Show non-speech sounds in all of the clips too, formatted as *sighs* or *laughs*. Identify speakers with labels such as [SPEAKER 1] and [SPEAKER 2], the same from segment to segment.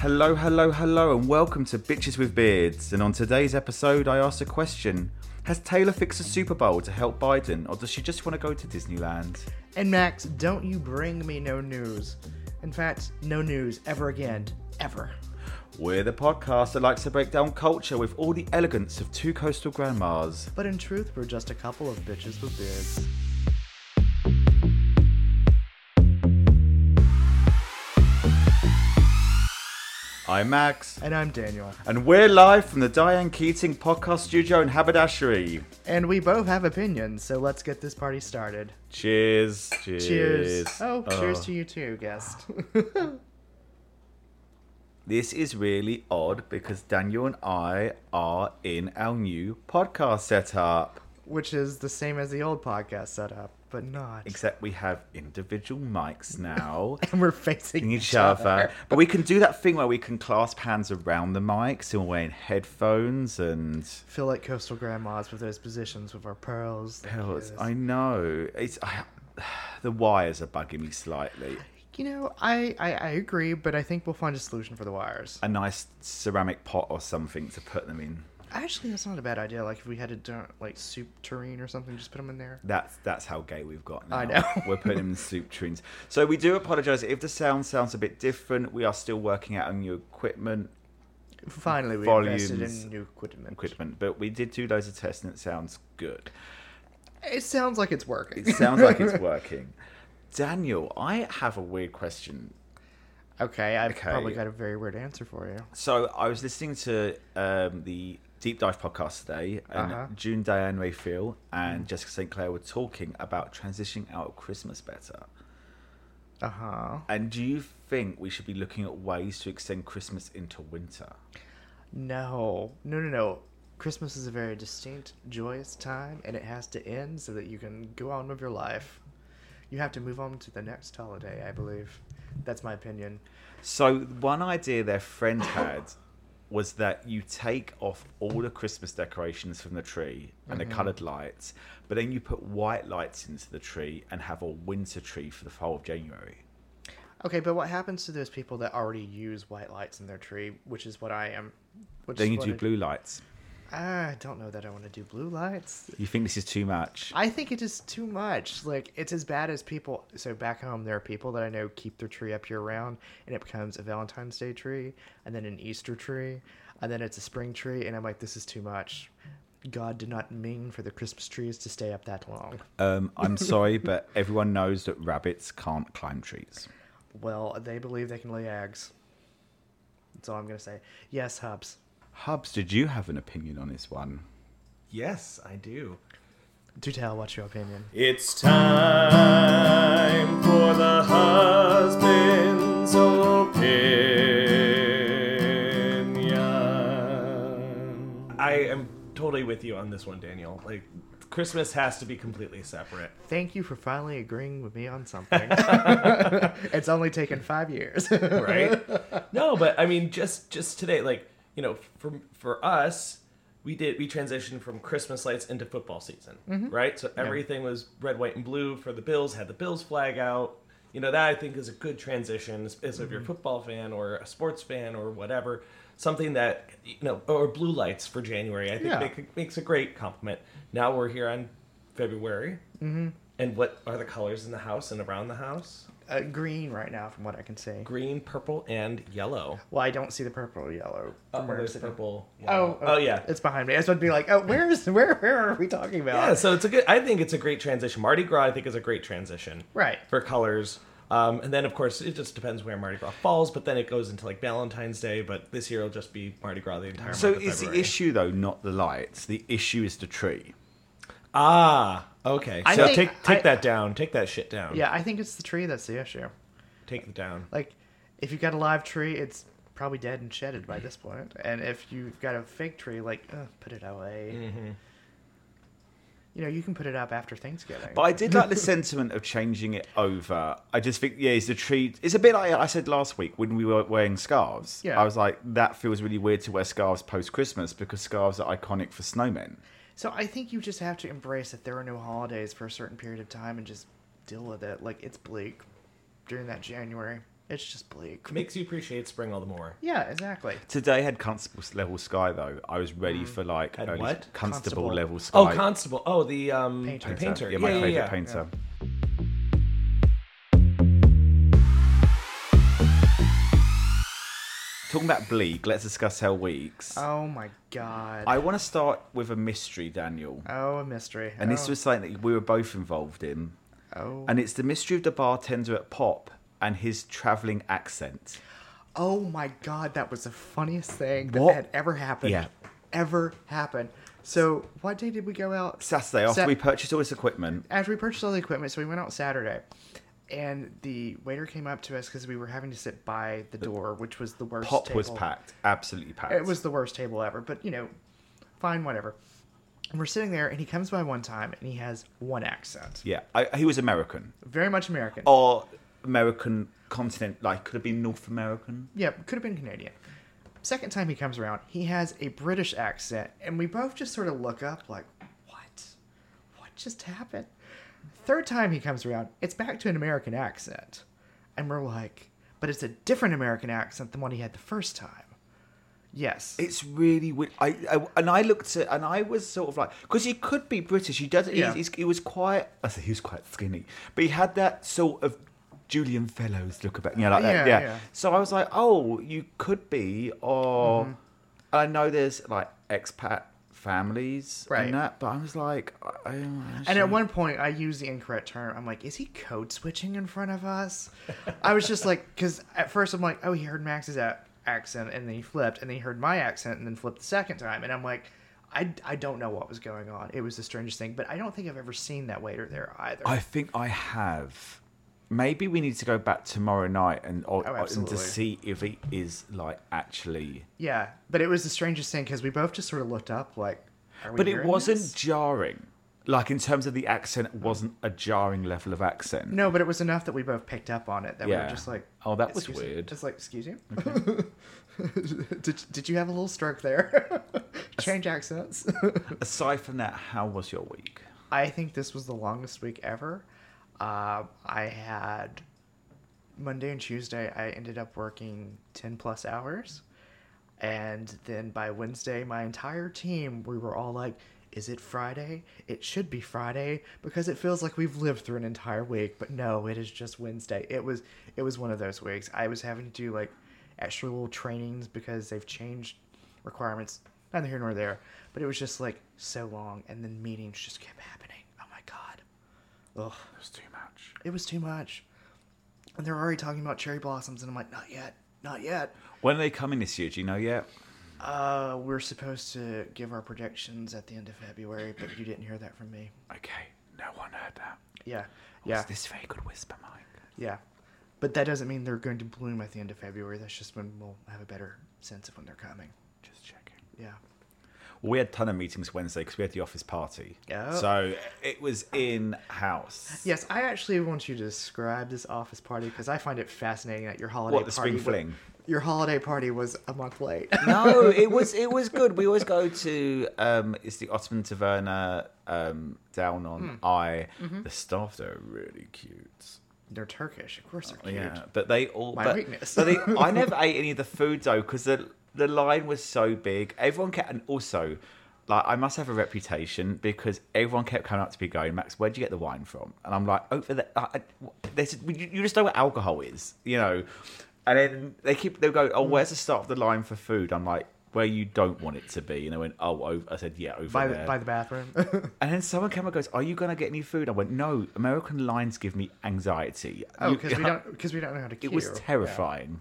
[SPEAKER 1] Hello, hello, hello, and welcome to Bitches with Beards. And on today's episode, I asked a question Has Taylor fixed a Super Bowl to help Biden, or does she just want to go to Disneyland?
[SPEAKER 2] And Max, don't you bring me no news. In fact, no news ever again. Ever.
[SPEAKER 1] We're the podcast that likes to break down culture with all the elegance of two coastal grandmas.
[SPEAKER 2] But in truth, we're just a couple of bitches with beards.
[SPEAKER 1] I'm Max,
[SPEAKER 2] And I'm Daniel.
[SPEAKER 1] and we're live from the Diane Keating podcast studio in Haberdashery.
[SPEAKER 2] And we both have opinions, so let's get this party started.
[SPEAKER 1] Cheers. Cheers.
[SPEAKER 2] Cheers. Oh, cheers
[SPEAKER 1] Oh.
[SPEAKER 2] to you too, guest. *laughs*
[SPEAKER 1] This is really odd because Daniel and I are in our new podcast setup.
[SPEAKER 2] Which is the same as the old podcast setup, but not.
[SPEAKER 1] except we have individual mics now
[SPEAKER 2] *laughs* And we're facing
[SPEAKER 1] in each other. But we can do that thing where we can clasp hands around the mics and we're wearing headphones and
[SPEAKER 2] Feel like coastal grandmas with those positions with our pearls. like
[SPEAKER 1] pills.
[SPEAKER 2] this.
[SPEAKER 1] I know it's I, *sighs* the wires are bugging me slightly.
[SPEAKER 2] You know, I, I, I agree, but I think we'll find a solution for the wires.
[SPEAKER 1] A nice ceramic pot or something to put them in.
[SPEAKER 2] Actually, that's not a bad idea. Like if we had a dar- like soup tureen or something, just put them in there.
[SPEAKER 1] That's that's how gay we've got now.
[SPEAKER 2] I know.
[SPEAKER 1] *laughs* We're putting them in soup tunes. So we do apologise if the sound sounds a bit different. We are still working out our new equipment.
[SPEAKER 2] Finally, we invested
[SPEAKER 1] Volumes.
[SPEAKER 2] in new equipment.
[SPEAKER 1] Equipment, but we did do loads of tests and it sounds good.
[SPEAKER 2] It sounds like it's working.
[SPEAKER 1] It sounds like
[SPEAKER 2] *laughs*
[SPEAKER 1] it's working. Daniel, I have a weird question.
[SPEAKER 2] okay, I've
[SPEAKER 1] Okay.
[SPEAKER 2] probably got a very weird answer for you.
[SPEAKER 1] So I was listening to um, the Deep Dive podcast today, and
[SPEAKER 2] Uh-huh.
[SPEAKER 1] June Diane Rayfield and Jessica St. Clair were talking about transitioning out of Christmas better.
[SPEAKER 2] Uh huh.
[SPEAKER 1] And do you think we should be looking at ways to extend Christmas into winter?
[SPEAKER 2] No, no, no, no. Christmas is a very distinct, joyous time, and it has to end so that you can go on with your life. You have to move on to the next holiday, I believe. That's my opinion.
[SPEAKER 1] So one idea their friend had was that you take off all the Christmas decorations from the tree and the coloured lights, but then you put white lights into the tree and have a winter tree for the whole of January.
[SPEAKER 2] Okay, but what happens to those people that already use white lights in their tree, which is what I am? Which
[SPEAKER 1] Then
[SPEAKER 2] is
[SPEAKER 1] you
[SPEAKER 2] what
[SPEAKER 1] do
[SPEAKER 2] I-
[SPEAKER 1] blue lights.
[SPEAKER 2] I don't know that I want to do blue lights.
[SPEAKER 1] You think this is too much?
[SPEAKER 2] I think it is too much. Like it's as bad as people. So back home, there are people that I know keep their tree up year round, and it becomes a Valentine's Day tree, and then an Easter tree, and then it's a spring tree, and I'm like, this is too much. God did not mean for the Christmas trees to stay up that long.
[SPEAKER 1] Um, I'm *laughs* sorry, but everyone knows that rabbits can't climb trees.
[SPEAKER 2] Well, they believe they can lay eggs. That's all I'm gonna say. Yes, Hubs.
[SPEAKER 1] Hubs, did you have an opinion on this one?
[SPEAKER 3] Yes, I do.
[SPEAKER 2] Do tell. What's your opinion?
[SPEAKER 3] It's time for the husband's opinion. I am totally with you on this one, Daniel. Like, Christmas has to be completely separate.
[SPEAKER 2] Thank you for finally agreeing with me on something. it's only taken five years. *laughs*
[SPEAKER 3] right no but i mean just just today like you know for for us we did we transitioned from christmas lights into football season right so everything was red white and blue for the bills had the bills flag out you know that i think is a good transition is is if you're a football fan or a sports fan or whatever something that you know or blue lights for january i think
[SPEAKER 2] Yeah.
[SPEAKER 3] make, makes a great compliment now we're here on february mm-hmm. and what are the colors in the house and around the house
[SPEAKER 2] uh, green right now, from what I can see.
[SPEAKER 3] green purple and yellow
[SPEAKER 2] Well, I don't see the purple or yellow.
[SPEAKER 3] Oh,
[SPEAKER 2] from where I'm
[SPEAKER 3] there's
[SPEAKER 2] sitting.
[SPEAKER 3] purple.
[SPEAKER 2] Uh, Oh,
[SPEAKER 3] oh yeah.
[SPEAKER 2] it's behind me. I was about to be like, oh, where is where where are we talking about?
[SPEAKER 3] Yeah, so it's a good. I think it's a great transition. Mardi Gras, I think, is a great transition.
[SPEAKER 2] Right.
[SPEAKER 3] For colors, um, and then of course it just depends where Mardi Gras falls. But then it goes into like Valentine's Day. But this year it'll just be Mardi Gras the entire.
[SPEAKER 1] So
[SPEAKER 3] month of
[SPEAKER 1] is the
[SPEAKER 3] February.
[SPEAKER 1] issue though not the lights? The issue is the tree.
[SPEAKER 3] Ah, okay.
[SPEAKER 2] I
[SPEAKER 3] So
[SPEAKER 2] think-
[SPEAKER 3] take take
[SPEAKER 2] I-
[SPEAKER 3] that down. Take that shit down.
[SPEAKER 2] Yeah, I think it's the tree that's the issue.
[SPEAKER 3] Take it down.
[SPEAKER 2] Like, if you've got a live tree, it's probably dead and shedded by this point. And if you've got a fake tree, like, ugh, put it away. You know, you can put it up after Thanksgiving.
[SPEAKER 1] But I did like
[SPEAKER 3] *laughs*
[SPEAKER 1] the sentiment of changing it over. I just think, yeah, is the tree. It's a bit like I said last week when we were wearing scarves.
[SPEAKER 2] Yeah.
[SPEAKER 1] I was like, that feels really weird to wear scarves post Christmas because scarves are iconic for snowmen.
[SPEAKER 2] So I think you just have to embrace that there are no holidays for a certain period of time and just deal with it. Like it's bleak during that January. It's just bleak.
[SPEAKER 3] Makes you appreciate spring all the more.
[SPEAKER 2] Yeah, exactly.
[SPEAKER 1] Today had constable level sky though. I was ready for like
[SPEAKER 3] Had
[SPEAKER 1] only
[SPEAKER 3] what?
[SPEAKER 1] constable,
[SPEAKER 2] Constable.
[SPEAKER 1] level sky.
[SPEAKER 3] Mm. Oh, Constable. Oh, the um,
[SPEAKER 2] Painter.
[SPEAKER 3] the painter.
[SPEAKER 1] Yeah, my
[SPEAKER 3] yeah,
[SPEAKER 1] favorite
[SPEAKER 3] yeah.
[SPEAKER 1] painter. Talking about bleak, let's discuss Hell Weeks.
[SPEAKER 3] Uh,
[SPEAKER 2] Oh my god.
[SPEAKER 1] I want to start with a mystery, Daniel.
[SPEAKER 2] oh, a mystery.
[SPEAKER 1] And this
[SPEAKER 2] Oh.
[SPEAKER 1] was something that we were both involved in.
[SPEAKER 2] Oh.
[SPEAKER 1] And it's the mystery of the bartender at Pop and his travelling accent.
[SPEAKER 2] Oh my god, that was the funniest thing that
[SPEAKER 1] What?
[SPEAKER 2] had ever happened.
[SPEAKER 1] Yeah.
[SPEAKER 2] Ever happened. So, what day did we go out?
[SPEAKER 1] Saturday, after
[SPEAKER 2] Sa-
[SPEAKER 1] we purchased all this equipment,
[SPEAKER 2] As we purchased all the equipment, so we went out Saturday. And the waiter came up to us because we were having to sit by the door, which was the worst
[SPEAKER 1] Pop was
[SPEAKER 2] table.
[SPEAKER 1] packed, absolutely packed.
[SPEAKER 2] It was the worst table ever, but you know, fine, whatever. And we're sitting there, and he comes by one time, and he has one accent,
[SPEAKER 1] Yeah, I, he was American.
[SPEAKER 2] very much American.
[SPEAKER 1] Or American continent, like, could have been North American.
[SPEAKER 2] Yeah, could have been Canadian. Second time he comes around, he has a British accent, and we both just sort of look up like, what? What just happened? Third time he comes around, it's back to an American accent. And we're like, but it's a different American accent than what he had the first time. Yes.
[SPEAKER 1] It's really weird. I, I and I looked at and I was sort of like because he could be British. He doesn't.
[SPEAKER 2] Yeah.
[SPEAKER 1] He's, he's, he was quite. I say he was quite skinny, but he had that sort of Julian Fellows look about. You know, like that.
[SPEAKER 2] Yeah,
[SPEAKER 1] Yeah.
[SPEAKER 2] yeah.
[SPEAKER 1] So I was like, oh, you could be, or
[SPEAKER 2] Mm-hmm.
[SPEAKER 1] and I know there's like expat families
[SPEAKER 2] Right.
[SPEAKER 1] and that, but I was like, I, I don't
[SPEAKER 2] and
[SPEAKER 1] actually-
[SPEAKER 2] at one point, I used the incorrect term. I'm like, is he code switching in front of us? I was just like, because at first I'm like, oh, he heard Max's a- accent, and then he flipped, and then he heard my accent, and then flipped the second time. And I'm like, I, I don't know what was going on. It was the strangest thing, but I don't think I've ever seen that waiter there either.
[SPEAKER 1] I think I have. Maybe we need to go back tomorrow night and or,
[SPEAKER 2] Oh,
[SPEAKER 1] and
[SPEAKER 2] absolutely.
[SPEAKER 1] to see if it is like actually.
[SPEAKER 2] yeah, but it was the strangest thing because we both just sort of looked up, like, are we
[SPEAKER 1] But it
[SPEAKER 2] hearing
[SPEAKER 1] wasn't
[SPEAKER 2] this?
[SPEAKER 1] jarring. Like in terms of the accent, it wasn't a jarring level of accent.
[SPEAKER 2] No, but it was enough that we both picked up on it that we
[SPEAKER 1] Yeah.
[SPEAKER 2] were just like,
[SPEAKER 1] Oh, that was
[SPEAKER 2] "Excuse me?"
[SPEAKER 1] weird.
[SPEAKER 2] Just like, excuse you. *laughs* did, did you have a little stroke there? *laughs* Change accents. *laughs*
[SPEAKER 1] Aside from that, how was your week?
[SPEAKER 2] I think this was the longest week ever. Um, I had Monday and Tuesday. I ended up working ten plus hours, and then by Wednesday, my entire team we were all like. Is it Friday? It should be Friday because it feels like we've lived through an entire week, but no, it is just Wednesday. It was it was one of those weeks. I was having to do like extra little trainings because they've changed requirements neither here nor there but it was just like so long and then meetings just kept happening oh my god ugh
[SPEAKER 1] It was too
[SPEAKER 2] *sighs*
[SPEAKER 1] much.
[SPEAKER 2] it was too much and they're already talking about cherry blossoms and i'm like not yet not yet
[SPEAKER 1] When are they coming this year? Do you know yet?
[SPEAKER 2] uh we're supposed to give our predictions at the end of february but you didn't hear that from me
[SPEAKER 1] Okay, no one heard that.
[SPEAKER 2] yeah yeah
[SPEAKER 1] It's this very good whisper, Mike.
[SPEAKER 2] yeah but that doesn't mean they're going to bloom at the end of february that's just when we'll have a better sense of when they're coming
[SPEAKER 1] Just checking.
[SPEAKER 2] yeah
[SPEAKER 1] Well, we had a ton of meetings Wednesday because we had the office party.
[SPEAKER 2] Oh.
[SPEAKER 1] So it was in house.
[SPEAKER 2] Yes, I actually want you to describe this office party because I find it fascinating that your holiday
[SPEAKER 1] What, the
[SPEAKER 2] party
[SPEAKER 1] spring fling?
[SPEAKER 2] Your holiday party was a month late.
[SPEAKER 1] *laughs*
[SPEAKER 2] *laughs*
[SPEAKER 1] no, it was it was good. We always go to um, it's the Ottoman Taverna um, down
[SPEAKER 2] Hmm.
[SPEAKER 1] on I.
[SPEAKER 2] Mm-hmm.
[SPEAKER 1] The staff there are really cute.
[SPEAKER 2] they're Turkish, of course they're cute.
[SPEAKER 1] Oh, Yeah, but they all.
[SPEAKER 2] My
[SPEAKER 1] but,
[SPEAKER 2] weakness.
[SPEAKER 1] but they,
[SPEAKER 2] *laughs*
[SPEAKER 1] I never ate any of the food though because the the line was so big. Everyone kept, and also, like I must have a reputation because everyone kept coming up to me going, "Max, where'd you get the wine from?" And I'm like, "Over there." I, I- they said, "You you just know what alcohol is, you know." And then they keep they go, "Oh,
[SPEAKER 2] Mm.
[SPEAKER 1] where's the start of the line for food?" I'm like. Where you don't want it to be, and I went, oh, over. I said, yeah, over
[SPEAKER 2] By the,
[SPEAKER 1] there.
[SPEAKER 2] by the bathroom. *laughs*
[SPEAKER 1] And then someone came and goes, "Are you gonna get any food?" I went, "No, American lines give me anxiety."
[SPEAKER 2] oh,
[SPEAKER 1] You- *laughs*
[SPEAKER 2] because we don't because we don't know how to cue.
[SPEAKER 1] It was terrifying.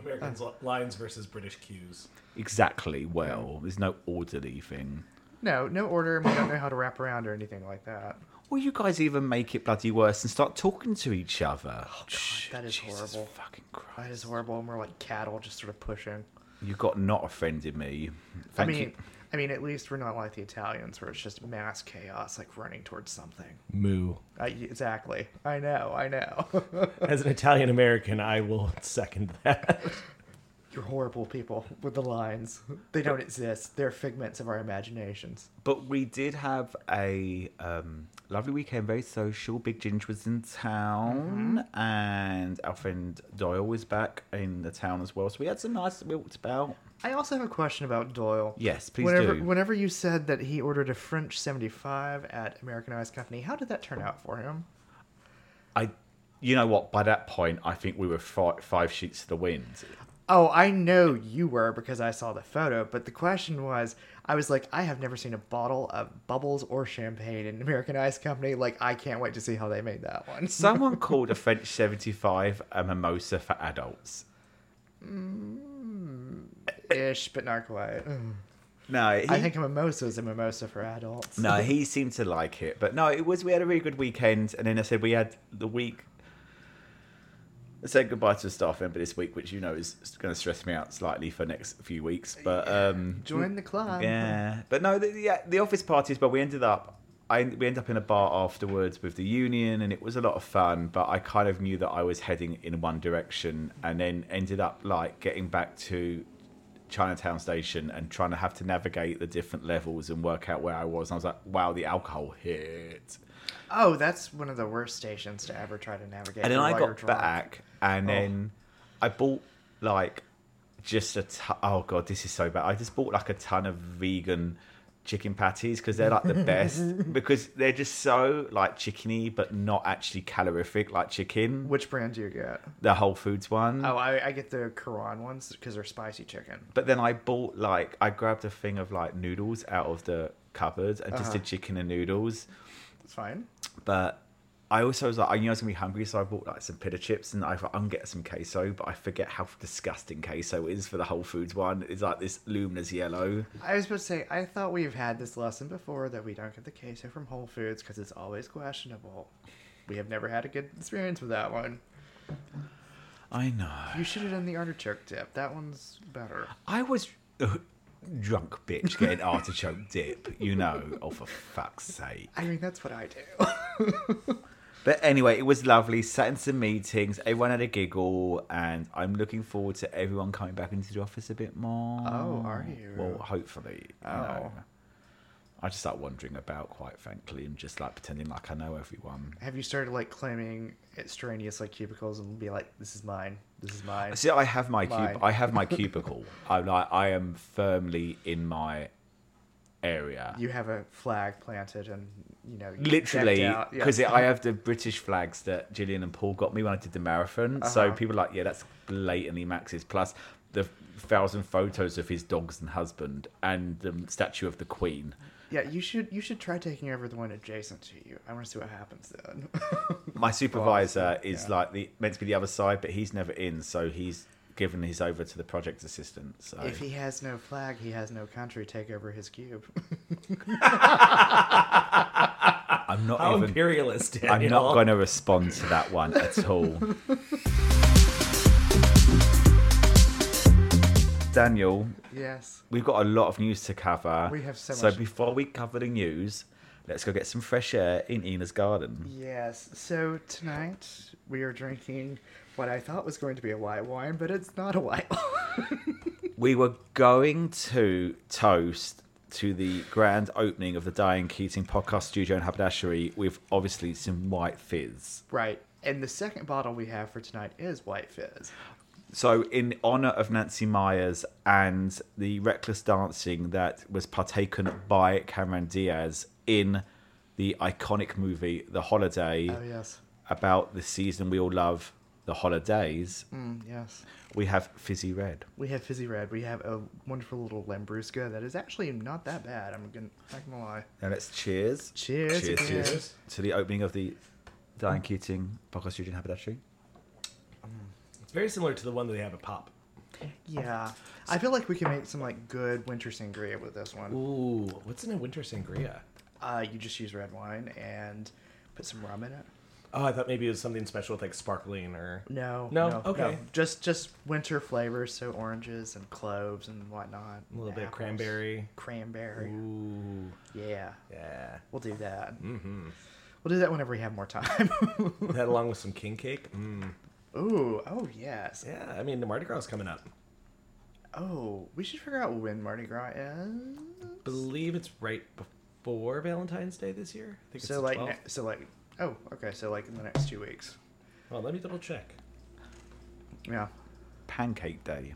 [SPEAKER 3] Americans li- lines versus British cues.
[SPEAKER 1] exactly well. There's no orderly thing.
[SPEAKER 2] No, no order, and we don't know how to wrap around or anything like that.
[SPEAKER 1] Will you guys even make it bloody worse and start talking to each other? Oh,
[SPEAKER 2] that is horrible.
[SPEAKER 1] Fucking
[SPEAKER 2] That
[SPEAKER 1] Christ.
[SPEAKER 2] is horrible, and we're like cattle, just sort of pushing.
[SPEAKER 1] You got not offended me. Thank
[SPEAKER 2] I mean,
[SPEAKER 1] you.
[SPEAKER 2] I mean, at least we're not like the Italians, where it's just mass chaos, like running towards something.
[SPEAKER 3] Moo.
[SPEAKER 2] Uh, y- exactly. I know. *laughs* I know.
[SPEAKER 3] *laughs* As an Italian American, I will second that.
[SPEAKER 2] You're horrible people with the lines. They don't exist. They're figments of our imaginations.
[SPEAKER 1] But we did have a um, lovely weekend, very social. Big Ginge was in town,
[SPEAKER 2] Mm-hmm.
[SPEAKER 1] and our friend Doyle was back in the town as well. So we had some nice we walked about.
[SPEAKER 2] I also have a question about Doyle.
[SPEAKER 1] Yes, please
[SPEAKER 2] whenever,
[SPEAKER 1] do.
[SPEAKER 2] Whenever you said that he ordered a French 75 at Americanized Company, how did that turn out for him?
[SPEAKER 1] I, you know what? By that point, I think we were five, five sheets to the wind.
[SPEAKER 2] Oh, I know you were because I saw the photo, but the question was I was like, I have never seen a bottle of bubbles or champagne in American Ice Company. Like, I can't wait to see how they made that
[SPEAKER 1] *laughs*
[SPEAKER 2] one.
[SPEAKER 1] Someone called a French seventy-five a mimosa for adults.
[SPEAKER 2] Ish, but not quite.
[SPEAKER 1] No, he,
[SPEAKER 2] I think a mimosa is a mimosa for adults.
[SPEAKER 1] no, he seemed to like it, but no, it was. We had a really good weekend, and then I said we had the week. I said goodbye to a staff member this week, which you know is going to stress me out slightly for next few weeks. But um,
[SPEAKER 2] Join the club.
[SPEAKER 1] yeah, but no, the, yeah, the office parties. But we ended up, I we ended up in a bar afterwards with the union, and it was a lot of fun. But I kind of knew that I was heading in one direction, and then ended up like getting back to Chinatown Station and trying to have to navigate the different levels and work out where I was. And I was like, wow, the alcohol hit.
[SPEAKER 2] Oh, that's one of the worst stations to ever try to navigate.
[SPEAKER 1] and then
[SPEAKER 2] through
[SPEAKER 1] I
[SPEAKER 2] while you're
[SPEAKER 1] got
[SPEAKER 2] drunk.
[SPEAKER 1] back, and
[SPEAKER 2] Oh.
[SPEAKER 1] then I bought like just a ton. Oh god, this is so bad. I just bought like a ton of vegan chicken patties because they're like
[SPEAKER 2] *laughs*
[SPEAKER 1] the best because they're just so like chickeny but not actually calorific like chicken.
[SPEAKER 2] Which brand do you get?
[SPEAKER 1] The Whole Foods one.
[SPEAKER 2] Oh, I, I get the Quran ones because they're spicy chicken.
[SPEAKER 1] But then I bought like I grabbed a thing of like noodles out of the cupboard and just
[SPEAKER 2] Uh-huh.
[SPEAKER 1] did chicken and noodles.
[SPEAKER 2] It's fine.
[SPEAKER 1] But I also was like, "Oh, I knew I was gonna be hungry, so I bought like some pita chips and I thought I'm gonna get some queso, but I forget how disgusting queso is for the Whole Foods one. It's like this luminous yellow.
[SPEAKER 2] I was about to say, I thought we've had this lesson before that we don't get the queso from Whole Foods because it's always questionable. We have never had a good experience with that one.
[SPEAKER 1] I know.
[SPEAKER 2] You should have done the artichoke dip. That one's better.
[SPEAKER 1] I was drunk bitch getting artichoke dip, you know. Oh for fuck's sake.
[SPEAKER 2] I mean, that's what I do.
[SPEAKER 1] But anyway, it was lovely. Sat in some meetings, everyone had a giggle, and I'm looking forward to everyone coming back into the office a bit more.
[SPEAKER 2] Oh, are you?
[SPEAKER 1] Well, hopefully. You know.
[SPEAKER 2] Oh.
[SPEAKER 1] I just like wandering about, quite frankly, and just like pretending like I know everyone.
[SPEAKER 2] *laughs* have you started like claiming extraneous like cubicles and be like, this is mine, this is mine?
[SPEAKER 1] See, I have my cub-
[SPEAKER 2] Mine.
[SPEAKER 1] I have my
[SPEAKER 2] *laughs*
[SPEAKER 1] cubicle. I'm like, I am firmly in my area.
[SPEAKER 2] You have a flag planted and you know you
[SPEAKER 1] literally
[SPEAKER 2] decked out. Yeah.
[SPEAKER 1] because I have the British flags that Gillian and Paul got me when I did the marathon. So
[SPEAKER 2] Uh-huh.
[SPEAKER 1] people are like, yeah, that's blatantly Max's. Plus the thousand photos of his dogs and husband and the statue of the Queen.
[SPEAKER 2] *laughs* yeah, you should you should try taking over the one adjacent to you. I want to see what happens then.
[SPEAKER 1] My supervisor is
[SPEAKER 2] yeah.
[SPEAKER 1] like the meant to be the other side, but he's never in, so he's given his over to the project assistant. So
[SPEAKER 2] If he has no flag, he has no country. Take over his cube. *laughs*
[SPEAKER 1] I'm not
[SPEAKER 3] How
[SPEAKER 1] even.
[SPEAKER 3] imperialist,
[SPEAKER 1] I'm not
[SPEAKER 3] Daniel.
[SPEAKER 1] going to respond to that one at
[SPEAKER 2] *laughs*
[SPEAKER 1] all. Daniel,
[SPEAKER 2] yes.
[SPEAKER 1] We've got a lot of news to cover.
[SPEAKER 2] We have so
[SPEAKER 1] So
[SPEAKER 2] much-
[SPEAKER 1] before we cover the news, let's go get some fresh air in Ina's garden.
[SPEAKER 2] Yes. So tonight we are drinking what I thought was going to be a white wine, but it's not a white *laughs* wine.
[SPEAKER 1] We were going to toast to the grand opening of the Diane Keating podcast studio in Haberdashery with obviously some white fizz.
[SPEAKER 2] right. And the second bottle we have for tonight is White Fizz.
[SPEAKER 1] So, in honor of Nancy Myers and the reckless dancing that was partaken by Cameron Diaz in the iconic movie The Holiday
[SPEAKER 2] Oh yes.
[SPEAKER 1] about the season we all love, The Holidays.
[SPEAKER 2] Mm, yes.
[SPEAKER 1] We have fizzy red.
[SPEAKER 2] We have fizzy red. We have a wonderful little Lambrusco that is actually not that bad. I'm gonna not gonna lie.
[SPEAKER 1] Now let's cheers.
[SPEAKER 2] Cheers
[SPEAKER 1] Cheers,
[SPEAKER 2] again.
[SPEAKER 1] cheers. To the opening of the Diane Keating podcast studio in Haberdashery.
[SPEAKER 3] It's very similar to the one that they have at Pop.
[SPEAKER 2] Yeah. I feel like we can make some like good winter sangria with this one.
[SPEAKER 3] Ooh, what's in a winter sangria?
[SPEAKER 2] Uh, you just use red wine and put some rum in it.
[SPEAKER 3] Oh, I thought maybe it was something special with like sparkling or.
[SPEAKER 2] No,
[SPEAKER 3] No? Okay.
[SPEAKER 2] Just just winter flavors, so oranges and cloves and whatnot.
[SPEAKER 3] A little bit of
[SPEAKER 2] Apples.
[SPEAKER 3] cranberry.
[SPEAKER 2] Cranberry.
[SPEAKER 3] Ooh,
[SPEAKER 2] Yeah,
[SPEAKER 3] yeah.
[SPEAKER 2] we'll do that. Mm-hmm. We'll do that whenever we have more time. *laughs*
[SPEAKER 3] That along with some king cake. Mm.
[SPEAKER 2] Ooh, oh yes.
[SPEAKER 3] Yeah, I mean the Mardi Gras is coming up.
[SPEAKER 2] Oh, we should figure out when Mardi Gras is.
[SPEAKER 3] believe it's right before Valentine's Day this year. I think it's
[SPEAKER 2] So
[SPEAKER 3] the
[SPEAKER 2] like,
[SPEAKER 3] 12th.
[SPEAKER 2] ne- so like, oh, okay. So like in the next two weeks.
[SPEAKER 3] Well, let me double check.
[SPEAKER 2] Yeah.
[SPEAKER 1] Pancake Day,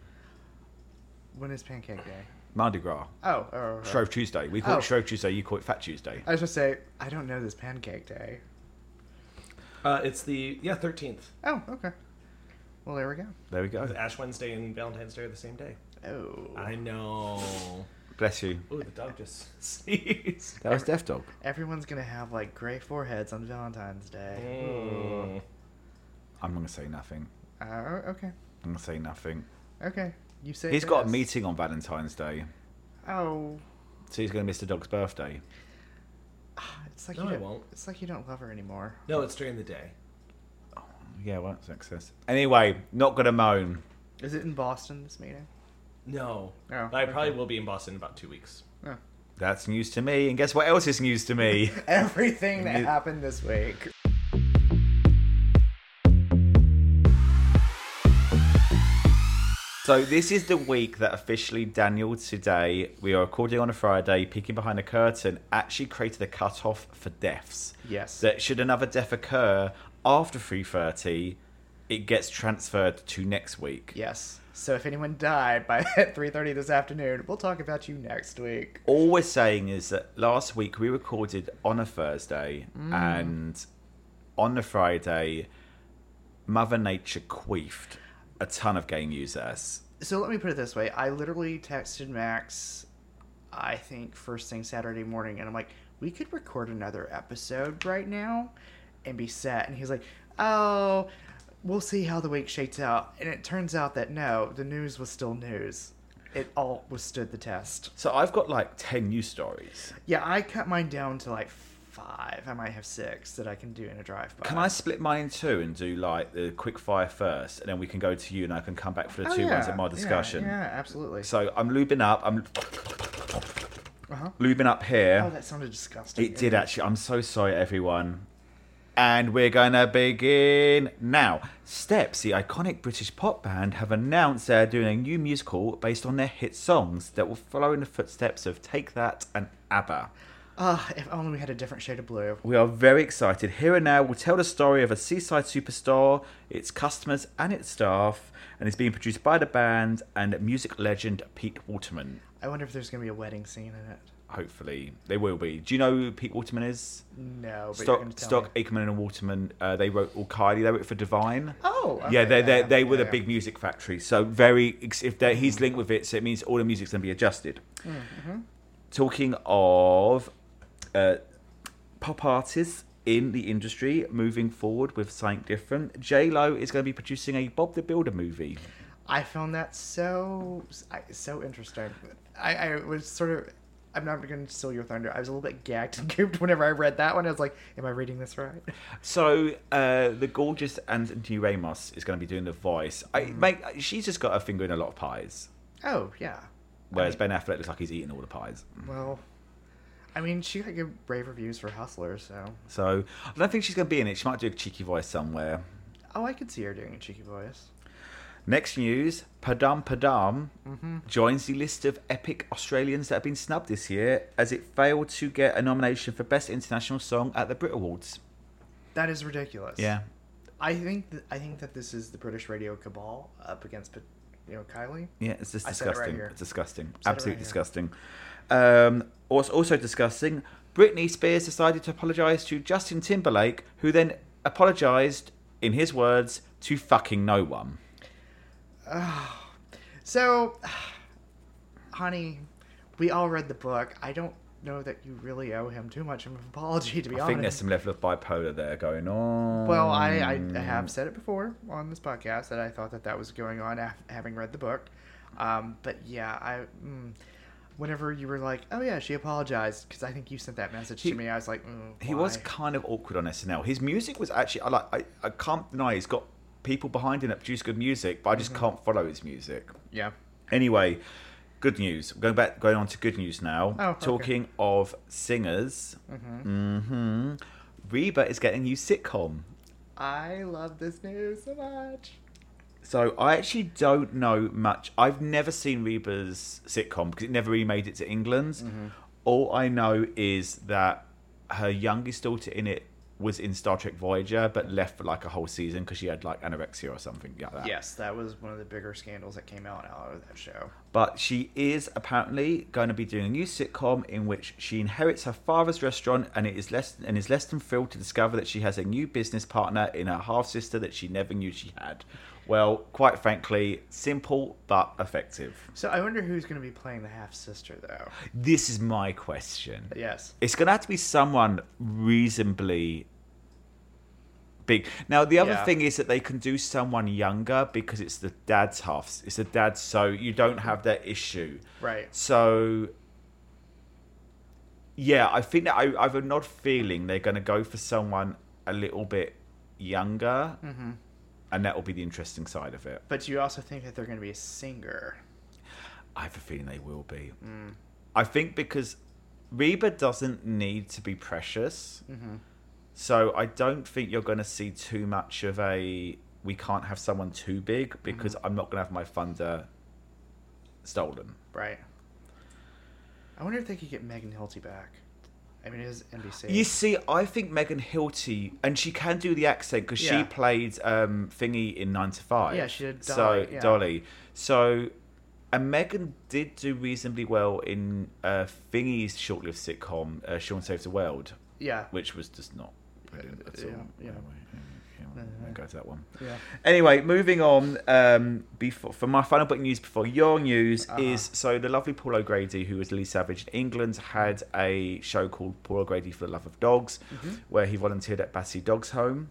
[SPEAKER 2] When is Pancake Day?
[SPEAKER 1] Mardi Gras,
[SPEAKER 2] Oh, oh, oh, oh.
[SPEAKER 1] Shrove Tuesday. We call
[SPEAKER 2] Oh.
[SPEAKER 1] it Shrove Tuesday. You call it Fat Tuesday.
[SPEAKER 2] I was just say I don't know this Pancake Day.
[SPEAKER 3] Uh, it's the yeah thirteenth.
[SPEAKER 2] Oh, okay. Well, there we go.
[SPEAKER 1] There we go.
[SPEAKER 3] Oh, Ash Wednesday and Valentine's Day are the same day.
[SPEAKER 2] Oh,
[SPEAKER 3] I know.
[SPEAKER 1] Bless you.
[SPEAKER 3] Oh, the dog just *laughs* sneezed.
[SPEAKER 1] That was Death Dog.
[SPEAKER 2] everyone's gonna have like gray foreheads on Valentine's Day.
[SPEAKER 3] Mm.
[SPEAKER 1] I'm not gonna say nothing.
[SPEAKER 2] Oh, okay,
[SPEAKER 1] I'm gonna say nothing.
[SPEAKER 2] okay. You say
[SPEAKER 1] He's got a
[SPEAKER 2] this.
[SPEAKER 1] meeting on Valentine's Day,
[SPEAKER 2] Oh,
[SPEAKER 1] so he's gonna miss the dog's birthday.
[SPEAKER 2] it's like
[SPEAKER 3] No,
[SPEAKER 2] you
[SPEAKER 3] I
[SPEAKER 2] don't,
[SPEAKER 3] won't.
[SPEAKER 2] It's like you don't love her anymore.
[SPEAKER 3] No, it's during the day.
[SPEAKER 1] Yeah, well, that's excess. Anyway, not gonna moan.
[SPEAKER 2] Is it in Boston this meeting? Oh,
[SPEAKER 3] No, But I
[SPEAKER 2] okay.
[SPEAKER 3] probably will be in Boston in about two weeks.
[SPEAKER 2] Oh.
[SPEAKER 1] That's news to me. And guess what else is news to *laughs* me?
[SPEAKER 2] *laughs* Everything that
[SPEAKER 1] It-
[SPEAKER 2] happened this week.
[SPEAKER 1] So this is the week that officially Daniel today, we are recording on a Friday, peeking behind the curtain, actually created a cutoff for deaths.
[SPEAKER 2] Yes.
[SPEAKER 1] That should another death occur after 3.30, it gets transferred to next week.
[SPEAKER 2] Yes. So if anyone died by *laughs* 3:30 this afternoon, we'll talk about you next week.
[SPEAKER 1] All we're saying is that last week we recorded on a Thursday and on the Friday, Mother Nature queefed a ton of game users.
[SPEAKER 2] So let me put it this way: I literally texted Max, I think first thing Saturday morning, and I'm like, we could record another episode right now, and be set. And he's like, oh, we'll see how the week shakes out. And it turns out that no, the news was still news. It all withstood the test.
[SPEAKER 1] So I've got like 10 news stories.
[SPEAKER 2] Yeah, I cut mine down to like five. I might have six that I can do in a drive by.
[SPEAKER 1] Can I split mine in two and do like the quick fire first, and then we can go to you, and I can come back for the
[SPEAKER 2] Oh,
[SPEAKER 1] two
[SPEAKER 2] yeah,
[SPEAKER 1] ones at my
[SPEAKER 2] yeah,
[SPEAKER 1] discussion.
[SPEAKER 2] Yeah, absolutely.
[SPEAKER 1] So I'm lubing up. I'm
[SPEAKER 2] Uh-huh.
[SPEAKER 1] lubing up
[SPEAKER 2] Oh,
[SPEAKER 1] here.
[SPEAKER 2] that sounded disgusting.
[SPEAKER 1] it did actually. I'm so sorry, everyone. And we're gonna begin now. Steps, the iconic British pop band, have announced they're doing a new musical based on their hit songs that will follow in the footsteps of Take That and ABBA.
[SPEAKER 2] Ah, if only we had a different shade of blue.
[SPEAKER 1] We are very excited. Here and Now will tell the story of a seaside superstar, its customers, and its staff, and is being produced by the band and music legend Pete Waterman.
[SPEAKER 2] I wonder if there's gonna be a wedding scene in it.
[SPEAKER 1] Hopefully, they will be. Do you know who Pete Waterman is?
[SPEAKER 2] No, but you're
[SPEAKER 1] Stock,
[SPEAKER 2] gonna tell
[SPEAKER 1] Stock
[SPEAKER 2] me.
[SPEAKER 1] Aikman and Waterman. Uh, they wrote All Kylie. They wrote for Divine.
[SPEAKER 2] Oh, okay,
[SPEAKER 1] yeah, they they
[SPEAKER 2] yeah,
[SPEAKER 1] they were
[SPEAKER 2] yeah,
[SPEAKER 1] the
[SPEAKER 2] yeah.
[SPEAKER 1] big music factory. So very, ex- if they're- he's linked with it, so it means all the music's gonna be adjusted.
[SPEAKER 2] Mm-hmm.
[SPEAKER 1] Talking of uh, pop artists in the industry moving forward with something different, J Lo is gonna be producing a Bob the Builder movie.
[SPEAKER 2] I found that so I- so interesting. I, I was sort of. I'm not going to steal your thunder. I was a little bit gagged and *laughs* gooped whenever I read that one. I was like, "Am I reading this right?"
[SPEAKER 1] So uh, the gorgeous Anthony Ramos is gonna be doing the voice. I
[SPEAKER 2] Mm.
[SPEAKER 1] mate, uh, she's just got her finger in a lot of pies.
[SPEAKER 2] Oh yeah.
[SPEAKER 1] Whereas Ben Affleck looks like he's eating all the pies.
[SPEAKER 2] Well, I mean, she got good rave reviews for Hustler, so
[SPEAKER 1] So I don't think she's going to be in it. She might do a cheeky voice somewhere.
[SPEAKER 2] oh, I could see her doing a cheeky voice.
[SPEAKER 1] Next news Padam Padam joins the list of epic Australians that have been snubbed this year as it failed to get a nomination for Best International Song at the Brit Awards.
[SPEAKER 2] That is ridiculous. I think th- I think that this is the British radio cabal up against, you know, Kylie.
[SPEAKER 1] Yeah, it's just
[SPEAKER 2] I said it right
[SPEAKER 1] disgusting.
[SPEAKER 2] here.
[SPEAKER 1] it's disgusting.
[SPEAKER 2] said it
[SPEAKER 1] Absolutely
[SPEAKER 2] right here.
[SPEAKER 1] disgusting. Um, what's also disgusting, Britney Spears decided to apologise to Justin Timberlake, who then apologised, in his words, to fucking no one.
[SPEAKER 2] *sighs* So, honey, we all read the book. I don't know that you really owe him too much of an apology, to be
[SPEAKER 1] I
[SPEAKER 2] honest.
[SPEAKER 1] think there's some level of bipolar there going on.
[SPEAKER 2] Well, I,
[SPEAKER 1] Mm.
[SPEAKER 2] I have said it before on this podcast that I thought that that was going on af- having read the book. Um, but yeah, I. Mm, Whenever you were like, "Oh yeah, she apologized," because I think you sent that message
[SPEAKER 1] He-
[SPEAKER 2] to me, I was like, mm,
[SPEAKER 1] He was
[SPEAKER 2] why?
[SPEAKER 1] kind of awkward on SNL. His music was actually I like I, I can't deny he's got people behind him that produce good music, but I
[SPEAKER 2] Mm-hmm.
[SPEAKER 1] just can't follow his music.
[SPEAKER 2] yeah,
[SPEAKER 1] Anyway, good news. Going back going on to good news now.
[SPEAKER 2] Oh, okay. Mm-hmm.
[SPEAKER 1] Talking of singers. hmm Reba is getting a new sitcom.
[SPEAKER 2] I love this news so much.
[SPEAKER 1] So I actually don't know much. I've never seen Reba's sitcom because it never really made it to England. All I know is that her youngest daughter in it was in Star Trek Voyager, but left for like a whole season because she had like anorexia or something like that.
[SPEAKER 2] Yes, that was one of the bigger scandals that came out out of that show.
[SPEAKER 1] But she is apparently going to be doing a new sitcom in which she inherits her father's restaurant and it is less and is less than thrilled to discover that she has a new business partner in her half sister that she never knew she had. Well, quite frankly, simple but effective.
[SPEAKER 2] So I wonder who's going to be playing the half sister though.
[SPEAKER 1] This is my question.
[SPEAKER 2] But yes,
[SPEAKER 1] It's going to have to be someone reasonably big. Now, the other
[SPEAKER 2] Yeah.
[SPEAKER 1] thing is that they can do someone younger because it's the dad's half. It's the dad, so you don't have that issue.
[SPEAKER 2] right.
[SPEAKER 1] So, yeah, I think that I, I have an odd feeling they're going to go for someone a little bit younger, and that will be the interesting side of it.
[SPEAKER 2] But you also think that they're going to be a singer.
[SPEAKER 1] I have a feeling they will be. I think because Reba doesn't need to be precious, so I don't think you're going to see too much of a. We can't have someone too big because I'm not going to have my thunder stolen.
[SPEAKER 2] Right. I wonder if they could get Megan Hilty back. I mean, it is NBC.
[SPEAKER 1] You see, I think Megan Hilty, and she can do the accent because she
[SPEAKER 2] Yeah.
[SPEAKER 1] played um, Thingy in Nine to Five.
[SPEAKER 2] Yeah, she did
[SPEAKER 1] so
[SPEAKER 2] Dolly, yeah.
[SPEAKER 1] Dolly. So, and Megan did do reasonably well in uh, Thingy's short-lived sitcom, uh, Sean Saves the World,
[SPEAKER 2] yeah.
[SPEAKER 1] which was just not brilliant at
[SPEAKER 2] Yeah, Uh-huh.
[SPEAKER 1] all.
[SPEAKER 2] yeah.
[SPEAKER 1] Anyway, yeah, yeah, we'll go to that one.
[SPEAKER 2] Yeah.
[SPEAKER 1] Anyway, moving on. Um, before for my final bit of news before your news is so the lovely Paul O'Grady, who was Lee Savage in England, had a show called Paul O'Grady for the Love of Dogs, where he volunteered at Battersea Dogs Home,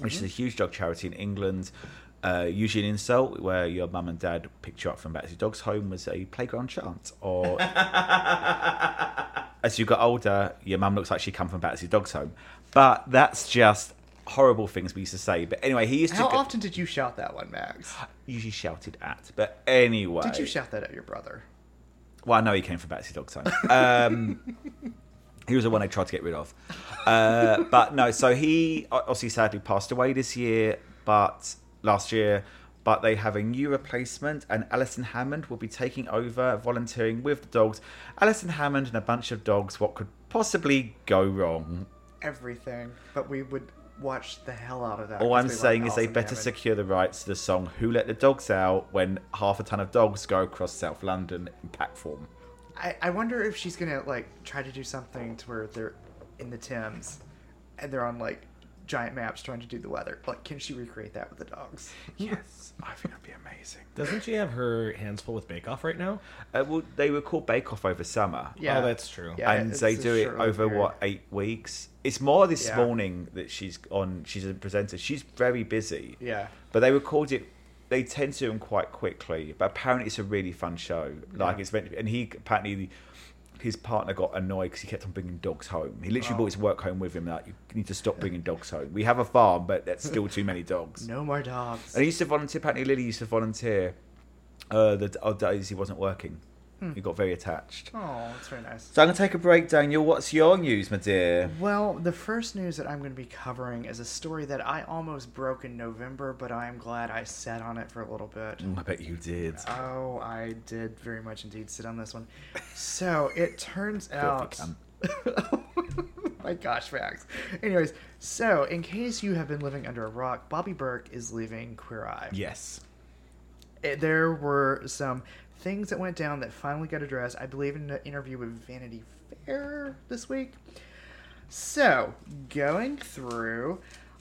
[SPEAKER 1] which is a huge dog charity in England. Uh, usually an insult where your mum and dad picked you up from Battersea Dogs Home was a playground chant, or as you got older, your mum looks like she come from Battersea Dogs Home. But that's just horrible things we used to say. But anyway, he used
[SPEAKER 2] How
[SPEAKER 1] to go-
[SPEAKER 2] often did you shout that one, Max?
[SPEAKER 1] usually shouted at. But anyway,
[SPEAKER 2] Did you shout that at your brother?
[SPEAKER 1] Well, I know he came from Batsy Dog Time. Um, he was the one I tried to get rid of. Uh, but no, so he obviously sadly passed away this year, but last year. But they have a new replacement, and Alison Hammond will be taking over, volunteering with the dogs. Alison Hammond and a bunch of dogs. What could possibly go wrong?
[SPEAKER 2] Everything. But we would watch the hell out of that.
[SPEAKER 1] All
[SPEAKER 2] 'cause
[SPEAKER 1] I'm
[SPEAKER 2] we love
[SPEAKER 1] saying is they
[SPEAKER 2] Alison
[SPEAKER 1] better
[SPEAKER 2] Hammond.
[SPEAKER 1] secure the rights to the song "Who Let the Dogs Out" when half a ton of dogs go across South London in pack form.
[SPEAKER 2] I, I wonder if she's gonna like try to do something to where they're in the Thames and they're on like giant maps trying to do the weather. Like, can she recreate that with the dogs?
[SPEAKER 1] Oh, Yes, *laughs* I think it'd be amazing.
[SPEAKER 3] Doesn't she have her hands full with Bake Off right now?
[SPEAKER 1] Uh, well, they were called Bake Off over summer,
[SPEAKER 2] Yeah.
[SPEAKER 3] Oh, that's true.
[SPEAKER 2] Yeah,
[SPEAKER 1] and
[SPEAKER 2] it's
[SPEAKER 1] they
[SPEAKER 2] a
[SPEAKER 1] do it
[SPEAKER 2] short
[SPEAKER 1] over
[SPEAKER 2] period.
[SPEAKER 1] what eight weeks. It's more this
[SPEAKER 2] Yeah.
[SPEAKER 1] morning that she's on. She's a presenter. She's very busy.
[SPEAKER 2] Yeah.
[SPEAKER 1] but they record it. They tend to do them quite quickly, but apparently it's a really fun show. Like it's meant to be, and he apparently his partner got annoyed because he kept on bringing dogs home. He literally
[SPEAKER 2] Oh.
[SPEAKER 1] brought his work home with him. Like you need to stop bringing dogs home. We have a farm, but that's still too many dogs.
[SPEAKER 2] No more dogs.
[SPEAKER 1] And he used to volunteer. Apparently, Lily used to volunteer uh, the d- odd days he wasn't working.
[SPEAKER 2] Hmm.
[SPEAKER 1] He got very attached.
[SPEAKER 2] Oh, that's very nice.
[SPEAKER 1] So I'm going to take a break, Daniel. What's your news, my dear?
[SPEAKER 2] Well, the first news that I'm going to be covering is a story that I almost broke in November, but I am glad I sat on it for a little bit.
[SPEAKER 1] Mm, I bet you did.
[SPEAKER 2] Oh, I did very much indeed sit on this one. So it turns out.
[SPEAKER 1] cunt.
[SPEAKER 2] *laughs* My gosh, Max. Anyways, so in case you have been living under a rock, Bobby Burke is leaving Queer Eye.
[SPEAKER 1] Yes.
[SPEAKER 2] It- Eh, there were some things that went down that finally got addressed. I believe in an interview with Vanity Fair this week. So, going through,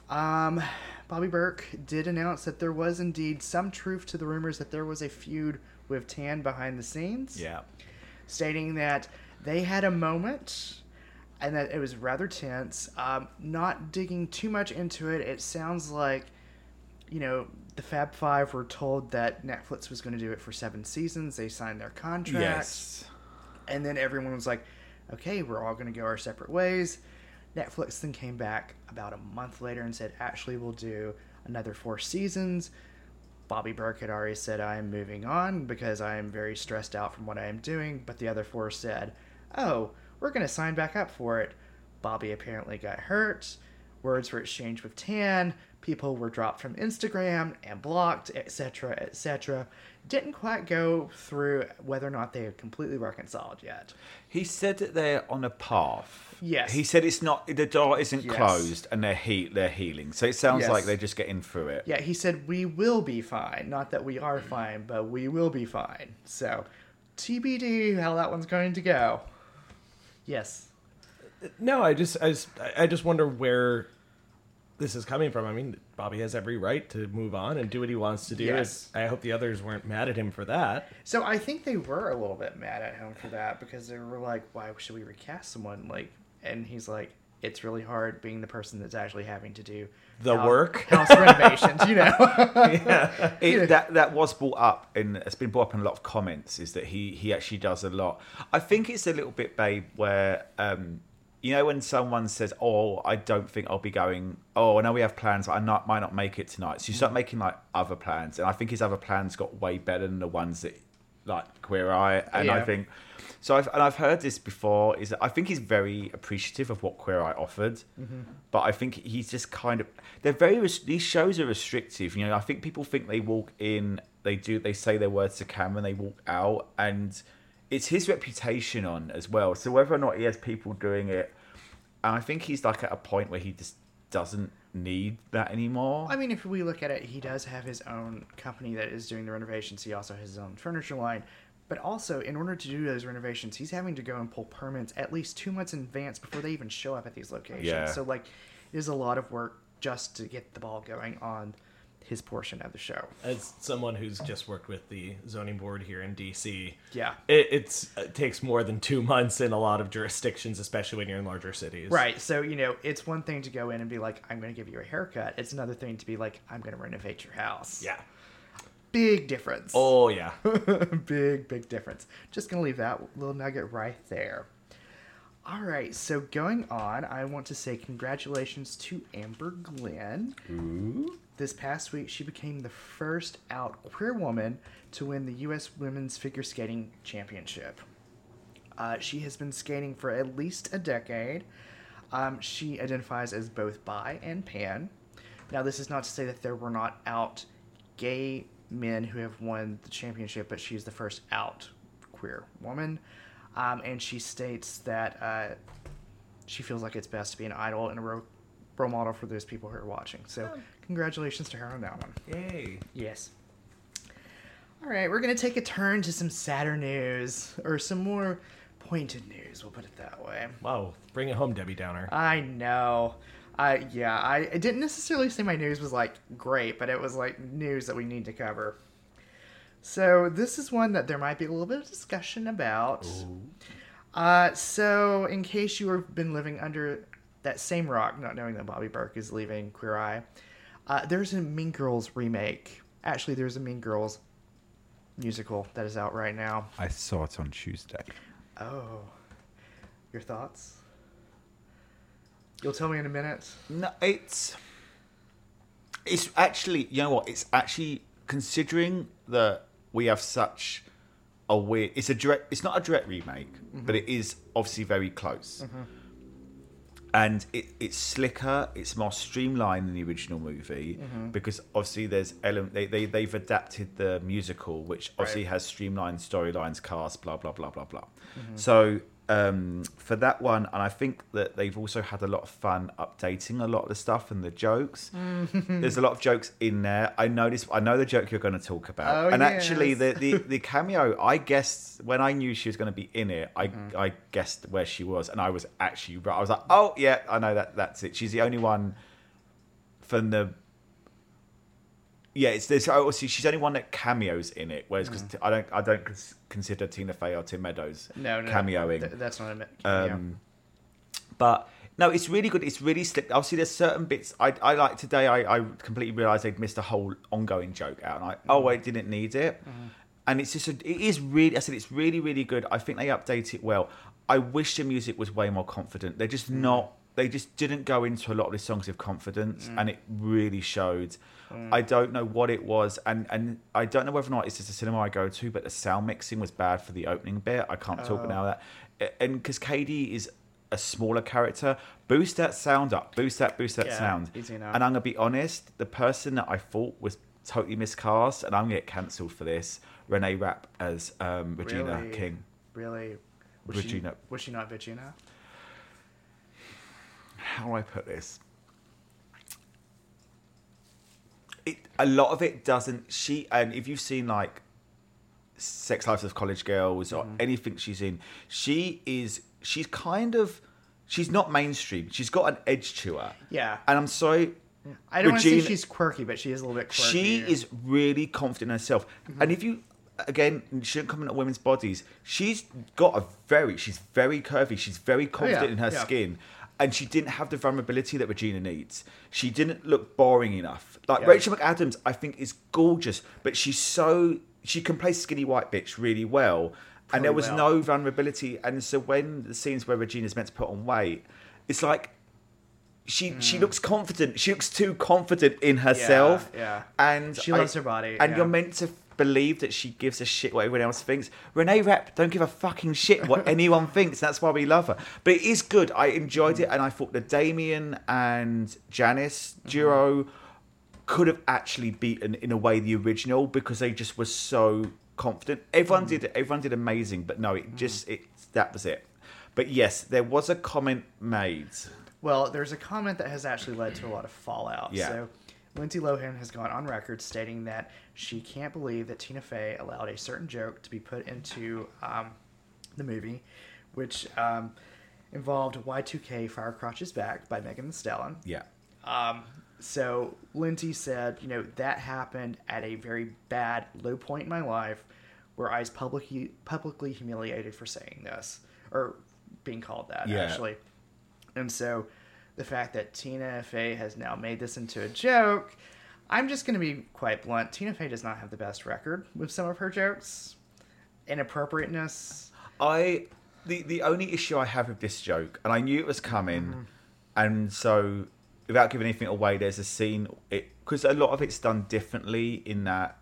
[SPEAKER 2] um, Bobby Burke did announce that there was indeed some truth to the rumors that there was a feud with Tan behind the scenes
[SPEAKER 1] Yeah.
[SPEAKER 2] stating that they had a moment and that it was rather tense. Um, not digging too much into it, it sounds like, you know, the Fab Five were told that Netflix was going to do it for seven seasons. They signed their contract.
[SPEAKER 1] Yes.
[SPEAKER 2] And then everyone was like, okay, we're all going to go our separate ways. Netflix then came back about a month later and said, actually, we'll do another four seasons. Bobby Burke had already said, I am moving on because I am very stressed out from what I am doing. But the other four said, oh, we're going to sign back up for it. Bobby apparently got hurt. Words were exchanged with Tan. People were dropped from Instagram and blocked, etc., etc. Didn't quite go through whether or not they had completely reconciled yet.
[SPEAKER 1] He said that they're on a path.
[SPEAKER 2] Yes.
[SPEAKER 1] He said it's not the door isn't
[SPEAKER 2] Yes.
[SPEAKER 1] closed and they're he- they're healing. So it sounds
[SPEAKER 2] Yes.
[SPEAKER 1] like they're just getting through it.
[SPEAKER 2] Yeah, he said, We will be fine. Not that we are fine, but we will be fine. So, TBD how that one's going to go. Yes.
[SPEAKER 3] No, I just, I just, I just wonder where this is coming from. I mean, Bobby has every right to move on and do what he wants to do.
[SPEAKER 2] Yes.
[SPEAKER 3] I hope the others weren't mad at him for that.
[SPEAKER 2] So I think they were a little bit mad at him for that because they were like, "Why should we recast someone?" Like, and he's like, "It's really hard being the person that's actually having to do
[SPEAKER 3] The work?
[SPEAKER 2] house renovations." You
[SPEAKER 3] *laughs*
[SPEAKER 2] know,
[SPEAKER 1] It, That that was brought up and it's been brought up in a lot of comments. Is that he he actually does a lot. I think it's a little bit, babe, where um, you know when someone says, "Oh, I don't think I'll be going." Oh, I know we have plans, but I not, might not make it tonight. So you start making like other plans, and I think his other plans got way better than the ones that like Queer Eye, and I
[SPEAKER 2] Yeah.
[SPEAKER 1] think. So I've, and I've heard this before. Is that I think he's very appreciative of what Queer Eye offered, but I think he's just kind of they're very res- these shows are restrictive. You know, I think people think they walk in, they do, they say their words to camera, and they walk out, and it's his reputation on as well. So whether or not he has people doing it, and I think he's like at a point where he just doesn't need that anymore.
[SPEAKER 2] I mean, if we look at it, he does have his own company that is doing the renovations. He also has his own furniture line. But also, in order to do those renovations, he's having to go and pull permits at least two months in advance before they even show up at these locations.
[SPEAKER 1] Yeah.
[SPEAKER 2] So, like, it is a lot of work just to get the ball going on his portion of the show.
[SPEAKER 3] As someone who's just worked with the zoning board here in DC,
[SPEAKER 2] Yeah.
[SPEAKER 3] it it's, it takes more than two months in a lot of jurisdictions, especially when you're in larger cities.
[SPEAKER 2] Right. So, you know, it's one thing to go in and be like, I'm going to give you a haircut. It's another thing to be like, I'm going to renovate your house.
[SPEAKER 3] Yeah.
[SPEAKER 2] Big difference.
[SPEAKER 3] Oh yeah.
[SPEAKER 2] *laughs* big, big difference. Just going to leave that little nugget right there. All right. So, going on, I want to say congratulations to Amber Glenn. This past week, she became the first out queer woman to win the U.S. Women's Figure Skating Championship. Uh, she has been skating for at least a decade. Um, she identifies as both bi and pan. Now, this is not to say that there were not out gay men who have won the championship, but she's the first out queer woman. Um, and she states that uh, she feels like it's best to be an idol and a ro- role model for those people who are watching. So, congratulations to her on that one.
[SPEAKER 3] Yay.
[SPEAKER 2] Yes. All right, we're going to take a turn to some sadder news, or some more pointed news, we'll put it that way.
[SPEAKER 3] Wow. Bring it home, Debbie Downer.
[SPEAKER 2] I know. I yeah, I, I didn't necessarily say my news was like great, but it was like news that we need to cover. So this is one that there might be a little bit of discussion about. Uh, so in case you have been living under that same rock, not knowing that Bobby Burke is leaving Queer Eye, uh, there's a Mean Girls remake. Actually, there's a Mean Girls musical that is out right now.
[SPEAKER 1] I saw it on Tuesday.
[SPEAKER 2] Oh, your thoughts? You'll tell me in a minute.
[SPEAKER 1] No, it's it's actually you know what? It's actually considering that we have such a weird. It's a direct. It's not a direct remake, but it is obviously very close. And it, it's slicker. It's more streamlined than the original movie because obviously there's element they, they they've adapted the musical, which obviously has streamlined storylines, cast, blah blah blah blah blah. So um, for that one, and I think that they've also had a lot of fun updating a lot of the stuff and the jokes. There's a lot of jokes in there. I noticed. I know the joke you're going to talk about,
[SPEAKER 2] Oh,
[SPEAKER 1] and actually
[SPEAKER 2] yes.
[SPEAKER 1] the
[SPEAKER 2] *laughs*
[SPEAKER 1] the, the cameo, I guessed when I knew she was going to be in it, I
[SPEAKER 2] Mm.
[SPEAKER 1] I guessed where she was, and I was actually right. I was like, oh yeah, I know that that's it. She's the only one from the. Yeah, it's this. Obviously, she's the only one that cameos in it.
[SPEAKER 2] Mm.
[SPEAKER 1] Whereas, because I don't, I don't cons- consider Tina Fey or Tim Meadows
[SPEAKER 2] No, no,
[SPEAKER 1] cameoing.
[SPEAKER 2] Th- that's not a mi- cameo.
[SPEAKER 1] Um, But no, it's really good. It's really slick. Obviously, there's certain bits I, I like today. I, I completely realised they'd missed a whole ongoing joke out, and I oh, I didn't need it. And it's just a, it is really. I said it's really really good. I think they update it well. I wish the music was way more confident. They're just not. They just didn't go into a lot of the songs with confidence, and it really showed. I don't know what it was, and, and I don't know whether or not it's just a cinema I go to, but the sound mixing was bad for the opening bit. I can't talk now that, and because Katie is a a smaller character. Boost that sound up. Boost that. Boost that
[SPEAKER 2] Yeah,
[SPEAKER 1] sound.
[SPEAKER 2] easy enough.
[SPEAKER 1] And I'm gonna be honest. The person that I thought was totally miscast, and I'm gonna get cancelled for this. Renee Rapp as um, Regina
[SPEAKER 2] Really?
[SPEAKER 1] King.
[SPEAKER 2] Really?
[SPEAKER 1] Regina.
[SPEAKER 2] She, was she not Regina?
[SPEAKER 1] How do I put this? It a lot of it doesn't. She and if you've seen like Sex Lives of College Girls or
[SPEAKER 2] Mm-hmm.
[SPEAKER 1] anything she's in, she is she's kind of she's not mainstream. She's got an edge to her.
[SPEAKER 2] Yeah.
[SPEAKER 1] And I'm sorry,
[SPEAKER 2] I don't want to say
[SPEAKER 1] Regina-
[SPEAKER 2] she's quirky, but she is a little bit quirky. Mm-hmm.
[SPEAKER 1] she is really confident in herself. And if you again you shouldn't comment on women's bodies, she's got a very she's very curvy, she's very confident in her
[SPEAKER 2] Oh, yeah.
[SPEAKER 1] skin. And she didn't have the vulnerability that Regina needs. She didn't look boring enough. Like
[SPEAKER 2] Yeah.
[SPEAKER 1] Rachel McAdams, I think is gorgeous, but she's so she can play skinny white bitch really well. and there was
[SPEAKER 2] well.
[SPEAKER 1] no vulnerability. And so when the scenes where Regina's meant to put on weight, it's like she
[SPEAKER 2] Mm.
[SPEAKER 1] she looks confident. She looks too confident in herself.
[SPEAKER 2] yeah.
[SPEAKER 1] And
[SPEAKER 2] She loves her body,
[SPEAKER 1] And
[SPEAKER 2] yeah.
[SPEAKER 1] you're meant to believe that she gives a shit what everyone else thinks. Renee Rapp don't give a fucking shit
[SPEAKER 2] *laughs*
[SPEAKER 1] what anyone thinks. That's why we love her. But it is good. I enjoyed
[SPEAKER 2] Mm.
[SPEAKER 1] it, and I thought the Damien and Janice
[SPEAKER 2] Mm-hmm.
[SPEAKER 1] duo could have actually beaten in a way the original because they just were so confident.
[SPEAKER 2] Mm.
[SPEAKER 1] Everyone did everyone did amazing, but no, it just it that was it. But yes, there was a comment made.
[SPEAKER 2] Well, there's a comment that has actually led to a lot of fallout.
[SPEAKER 1] Yeah.
[SPEAKER 2] So, Lindsay Lohan has gone on record stating that she can't believe that Tina Fey allowed a certain joke to be put into um, the movie, which um, involved Y2K Firecrotch is Back by Megan Thee Stallion.
[SPEAKER 1] Yeah.
[SPEAKER 2] Um, so Lindsay said, you know, that happened at a very bad low point in my life where I was publicly publicly humiliated for saying this or being called that
[SPEAKER 1] Yeah.
[SPEAKER 2] actually. And so the fact that Tina Fey has now made this into a joke, I'm just going to be quite blunt. Tina Fey does not have the best record with some of her jokes. Inappropriateness.
[SPEAKER 1] I the the only issue I have with this joke, and I knew it was coming,
[SPEAKER 2] Mm-hmm.
[SPEAKER 1] and so without giving anything away, there's a scene it because a lot of it's done differently in that.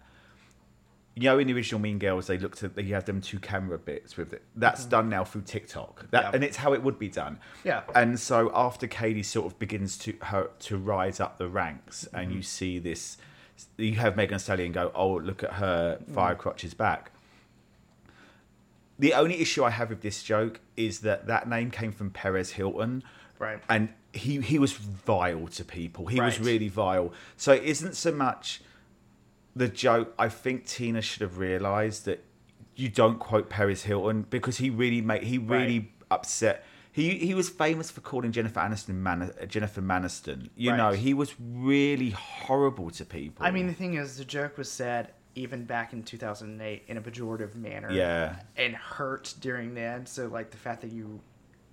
[SPEAKER 1] You know, in the original Mean Girls, they looked at they had them two camera bits with it. That's done now through TikTok, that,
[SPEAKER 2] Mm-hmm. Yeah.
[SPEAKER 1] and it's how it would be done.
[SPEAKER 2] Yeah.
[SPEAKER 1] And so after Katie sort of begins to her to rise up the ranks, and you
[SPEAKER 2] Mm-hmm.
[SPEAKER 1] see this, you have Megan Thee Stallion go, "Oh, look at her
[SPEAKER 2] Mm.
[SPEAKER 1] fire crotches back." The only issue I have with this joke is that that name came from Perez Hilton,
[SPEAKER 2] Right.
[SPEAKER 1] And he he was vile to people. He was
[SPEAKER 2] Right.
[SPEAKER 1] really vile. So it isn't so much the joke. I think Tina should have realised that you don't quote Perez Hilton because he really made he really upset. He he was famous for calling Jennifer Aniston Man, Jennifer Maniston. You
[SPEAKER 2] Right.
[SPEAKER 1] know he was really horrible to people.
[SPEAKER 2] I mean, the thing is, the joke was said even back in 2008 in a pejorative manner.
[SPEAKER 1] Yeah.
[SPEAKER 2] And hurt during then. So, like, the fact that you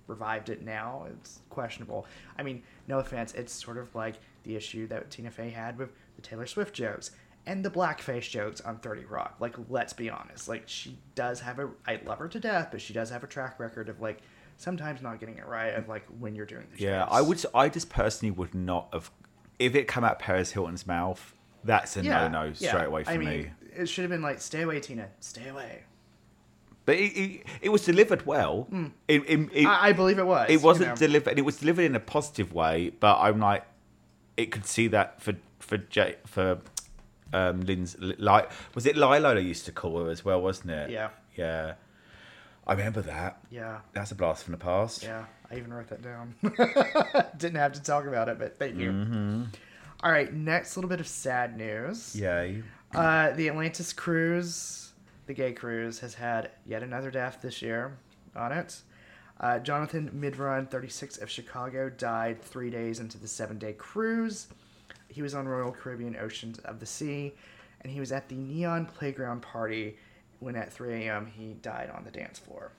[SPEAKER 2] revived it now, it's questionable. I mean, no offense, it's sort of like the issue that Tina Fey had with the Taylor Swift jokes and the blackface jokes on 30 Rock. Like, let's be honest. Like, she does have a. I love her to death, but she does have a track record of, like, sometimes not getting it right of, like, when you're doing the
[SPEAKER 1] Yeah,
[SPEAKER 2] jokes.
[SPEAKER 1] I would. I just personally would not have. If it come out Paris Hilton's mouth, that's a no no
[SPEAKER 2] yeah.
[SPEAKER 1] straight away for
[SPEAKER 2] I
[SPEAKER 1] me.
[SPEAKER 2] Mean, it should have been like, stay away, Tina, stay away.
[SPEAKER 1] but it, it, it was delivered well. It, it, it,
[SPEAKER 2] Mm. I, I believe it was.
[SPEAKER 1] it wasn't
[SPEAKER 2] You know.
[SPEAKER 1] delivered, and it was delivered in a positive way. But I'm like, it could see that for for J, for um, Lynn's like was it Lilo they used to call her as well, wasn't it?
[SPEAKER 2] Yeah.
[SPEAKER 1] yeah. I remember that.
[SPEAKER 2] yeah,
[SPEAKER 1] That's a blast from the past.
[SPEAKER 2] yeah. I even wrote that down. *laughs* Didn't have to talk about it, but thank you. All right, next little bit of sad news.
[SPEAKER 1] Yay.
[SPEAKER 2] Uh, the Atlantis cruise, the gay cruise, has had yet another death this year on it. Uh, Jonathan Midrun, 36 of Chicago, died three days into the seven day cruise. He was on Royal Caribbean Oceans of the Sea, and he was at the Neon Playground party when at 3 a.m. he died on the dance floor.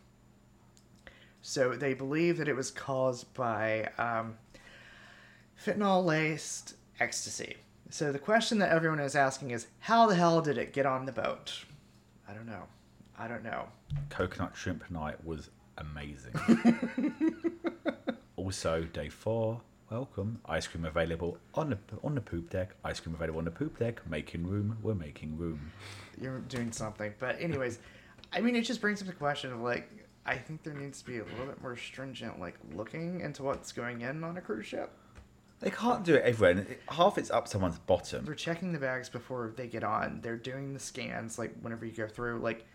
[SPEAKER 2] So they believe that it was caused by um, fentanyl laced ecstasy. So the question that everyone is asking is how the hell did it get on the boat? I don't know. I don't know.
[SPEAKER 1] Coconut Shrimp Night was amazing. also, day four, welcome. Ice cream available on the on the poop deck. Ice cream available on the poop deck. Making room. We're making room.
[SPEAKER 2] You're doing something. But anyways, I mean it just brings up the question of like I think there needs to be a little bit more stringent, like looking into what's going in on a cruise ship.
[SPEAKER 1] They can't do it everywhere. and it- Half it's up someone's bottom.
[SPEAKER 2] They're checking the bags before they get on. They're doing the scans, like whenever you go through. Like,